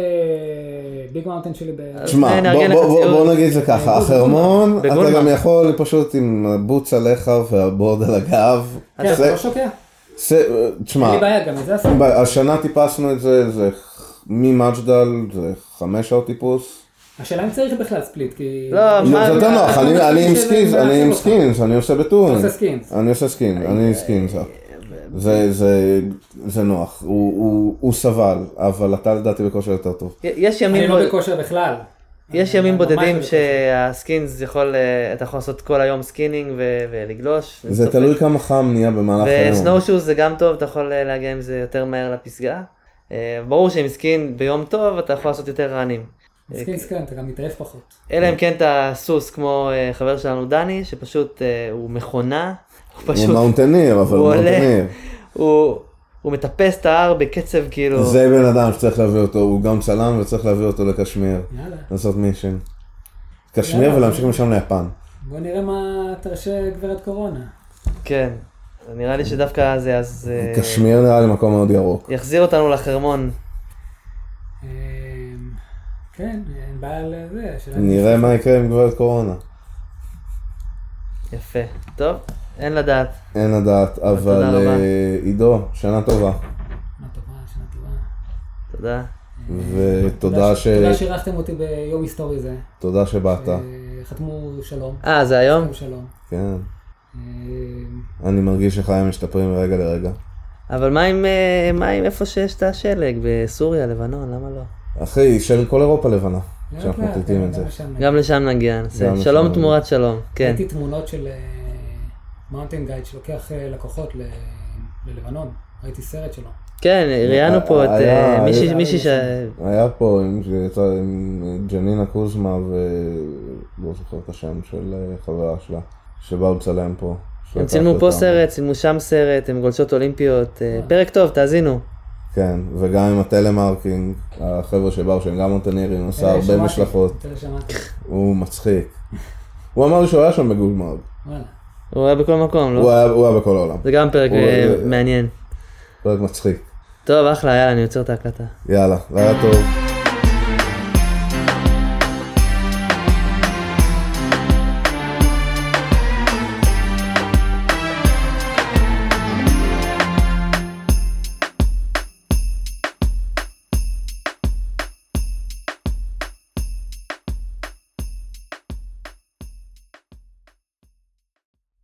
[SPEAKER 1] ביג מאונטן שלי ב... כן,
[SPEAKER 2] תשמע,
[SPEAKER 3] נארגן
[SPEAKER 2] בוא-
[SPEAKER 3] לך
[SPEAKER 2] בוא- בוא-
[SPEAKER 3] ציוד.
[SPEAKER 2] בוא נגיד זה ככה, החרמון, אתה
[SPEAKER 3] בגולמה.
[SPEAKER 2] גם יכול פשוט עם הבוץ עליך והבורד על הגב.
[SPEAKER 1] כן,
[SPEAKER 2] זה-
[SPEAKER 1] אתה לא שוקע?
[SPEAKER 2] זה-
[SPEAKER 1] אין לי
[SPEAKER 2] תשמע,
[SPEAKER 1] בעיה, גם את זה עשינו.
[SPEAKER 2] ב- השנה טיפסנו את זה, זה ח- ממג'דל, זה חמש שעות טיפוס.
[SPEAKER 1] השאלה אם צריך בכלל ספליט, כי... לא
[SPEAKER 3] לא,
[SPEAKER 2] זה
[SPEAKER 3] מה-
[SPEAKER 2] יותר
[SPEAKER 3] מה-
[SPEAKER 2] נוח, אני-
[SPEAKER 1] מה-
[SPEAKER 2] אני עם
[SPEAKER 1] מה-
[SPEAKER 2] סקינס,
[SPEAKER 1] מה-
[SPEAKER 2] אני עם
[SPEAKER 1] מה-
[SPEAKER 2] סקינס, אני עושה בטורינג.
[SPEAKER 1] אתה עושה סקינס.
[SPEAKER 2] אני עושה סקינס, אני עם סקינס. אה. זה- זה- זה נוח, הוא- הוא- הוא סבל, אבל אתה לדעתי בכושר יותר טוב.
[SPEAKER 3] יש ימים
[SPEAKER 1] אני
[SPEAKER 3] בוד-
[SPEAKER 1] לא בכושר בכלל.
[SPEAKER 3] יש
[SPEAKER 1] אני-
[SPEAKER 3] ימים
[SPEAKER 1] אני ממש לא
[SPEAKER 3] בודדים
[SPEAKER 1] בכושר.
[SPEAKER 3] שהסקינס יכול, אה, אתה יכול לעשות כל היום סקינינג ו- ולגלוש.
[SPEAKER 2] זה תלוי כמה חם נהיה במהלך היום.
[SPEAKER 3] וסנואושוז זה גם טוב, אתה יכול אה, להגיע עם זה יותר מהר לפסגה. אה, ברור שעם סקין ביום טוב אתה יכול לעשות יותר רענים.
[SPEAKER 1] סקינס כן, אתה גם מתעייף פחות.
[SPEAKER 3] אלא אם כן אתה סוס כמו אה, חבר שלנו דני, שפשוט אה, הוא מכונה, הוא
[SPEAKER 2] הוא
[SPEAKER 3] פשוט,
[SPEAKER 2] מאונטניר, אבל הוא
[SPEAKER 3] הוא עולה.
[SPEAKER 2] מאונטניר.
[SPEAKER 3] הוא הוא מטפס את ההר בקצב כאילו,
[SPEAKER 2] זה בן אדם שצריך להביא אותו, הוא גם צלם וצריך להביא אותו לקשמיר,
[SPEAKER 1] יאללה,
[SPEAKER 2] לעשות מישן. קשמיר ולהמשיך משם ליפן.
[SPEAKER 1] בוא נראה מה תרשה גברת קורונה.
[SPEAKER 3] כן. נראה לי שדווקא זה אז אה,
[SPEAKER 2] קשמיר נראה לי מקום מאוד ירוק.
[SPEAKER 3] יחזיר אותנו לחרמון.
[SPEAKER 1] אמ, כן, אין בעיה לזה. השאלה אם-
[SPEAKER 2] נראה מה יקרה עם גברת קורונה.
[SPEAKER 3] יפה. טוב, אין לדעת.
[SPEAKER 2] אין לדעת, אבל
[SPEAKER 3] רבה.
[SPEAKER 2] אה, עידו, שנה טובה.
[SPEAKER 1] שנה טובה, שנה טובה.
[SPEAKER 3] תודה.
[SPEAKER 2] ותודה ש...
[SPEAKER 1] תודה שאירחתם אותי ביום היסטורי זה.
[SPEAKER 2] תודה שבאת.
[SPEAKER 1] אה, חתמו שלום.
[SPEAKER 3] אה, זה היום?
[SPEAKER 1] חתמו שלום.
[SPEAKER 2] כן.
[SPEAKER 1] אה,
[SPEAKER 2] אני מרגיש שחיים משתפרים מרגע לרגע.
[SPEAKER 3] אבל מה עם, אה, מה עם איפה שיש את השלג? בסוריה, לבנון, למה לא?
[SPEAKER 2] אחי, של כל אירופה לבנה,
[SPEAKER 1] לאט
[SPEAKER 2] כשאנחנו
[SPEAKER 1] לאט,
[SPEAKER 2] מקליטים
[SPEAKER 1] כן,
[SPEAKER 2] את זה.
[SPEAKER 1] גם שם.
[SPEAKER 3] גם לשם נגיע, נעשה.
[SPEAKER 2] גם לשם
[SPEAKER 3] שלום
[SPEAKER 2] נגיע.
[SPEAKER 3] תמורת שלום, כן.
[SPEAKER 1] ראיתי תמונות של מאונטן גייד שלוקח אה, לקוחות ל- ללבנון, ראיתי סרט שלו.
[SPEAKER 3] כן, ראיינו פה את אה,
[SPEAKER 2] היה-
[SPEAKER 3] מישהי-
[SPEAKER 1] היה-
[SPEAKER 3] מישהי ש...
[SPEAKER 2] היה פה עם, שיצא עם ג'נינה קוזמה ולא זוכר את השם של אה, חברה שלה, שבאו לצלם פה.
[SPEAKER 3] הם
[SPEAKER 2] שלקח
[SPEAKER 3] צילמו פה
[SPEAKER 2] אותם.
[SPEAKER 3] סרט, צילמו שם סרט, הם גולשות אולימפיות. אה, פרק טוב, תאזינו.
[SPEAKER 2] כן, וגם עם הטלמרקינג, החבר'ה שבאו שהם גם מונטנירים,
[SPEAKER 3] אה,
[SPEAKER 2] עשה
[SPEAKER 1] אלה שמעתי,
[SPEAKER 2] הרבה משלחות,
[SPEAKER 1] אלה אה, שמעתי,
[SPEAKER 2] הוא מצחיק. הוא אמר לי שהוא היה שם בגולמרג,
[SPEAKER 1] וואלה.
[SPEAKER 3] הוא היה בכל מקום,
[SPEAKER 2] הוא
[SPEAKER 3] לא?
[SPEAKER 2] היה הוא היה בכל העולם,
[SPEAKER 3] זה גם פרק
[SPEAKER 2] הוא-
[SPEAKER 3] אה, מעניין.
[SPEAKER 2] פרק מצחיק.
[SPEAKER 3] טוב, אחלה, יאללה, אני עוצר את ההקלטה.
[SPEAKER 2] יאללה, לילה טוב.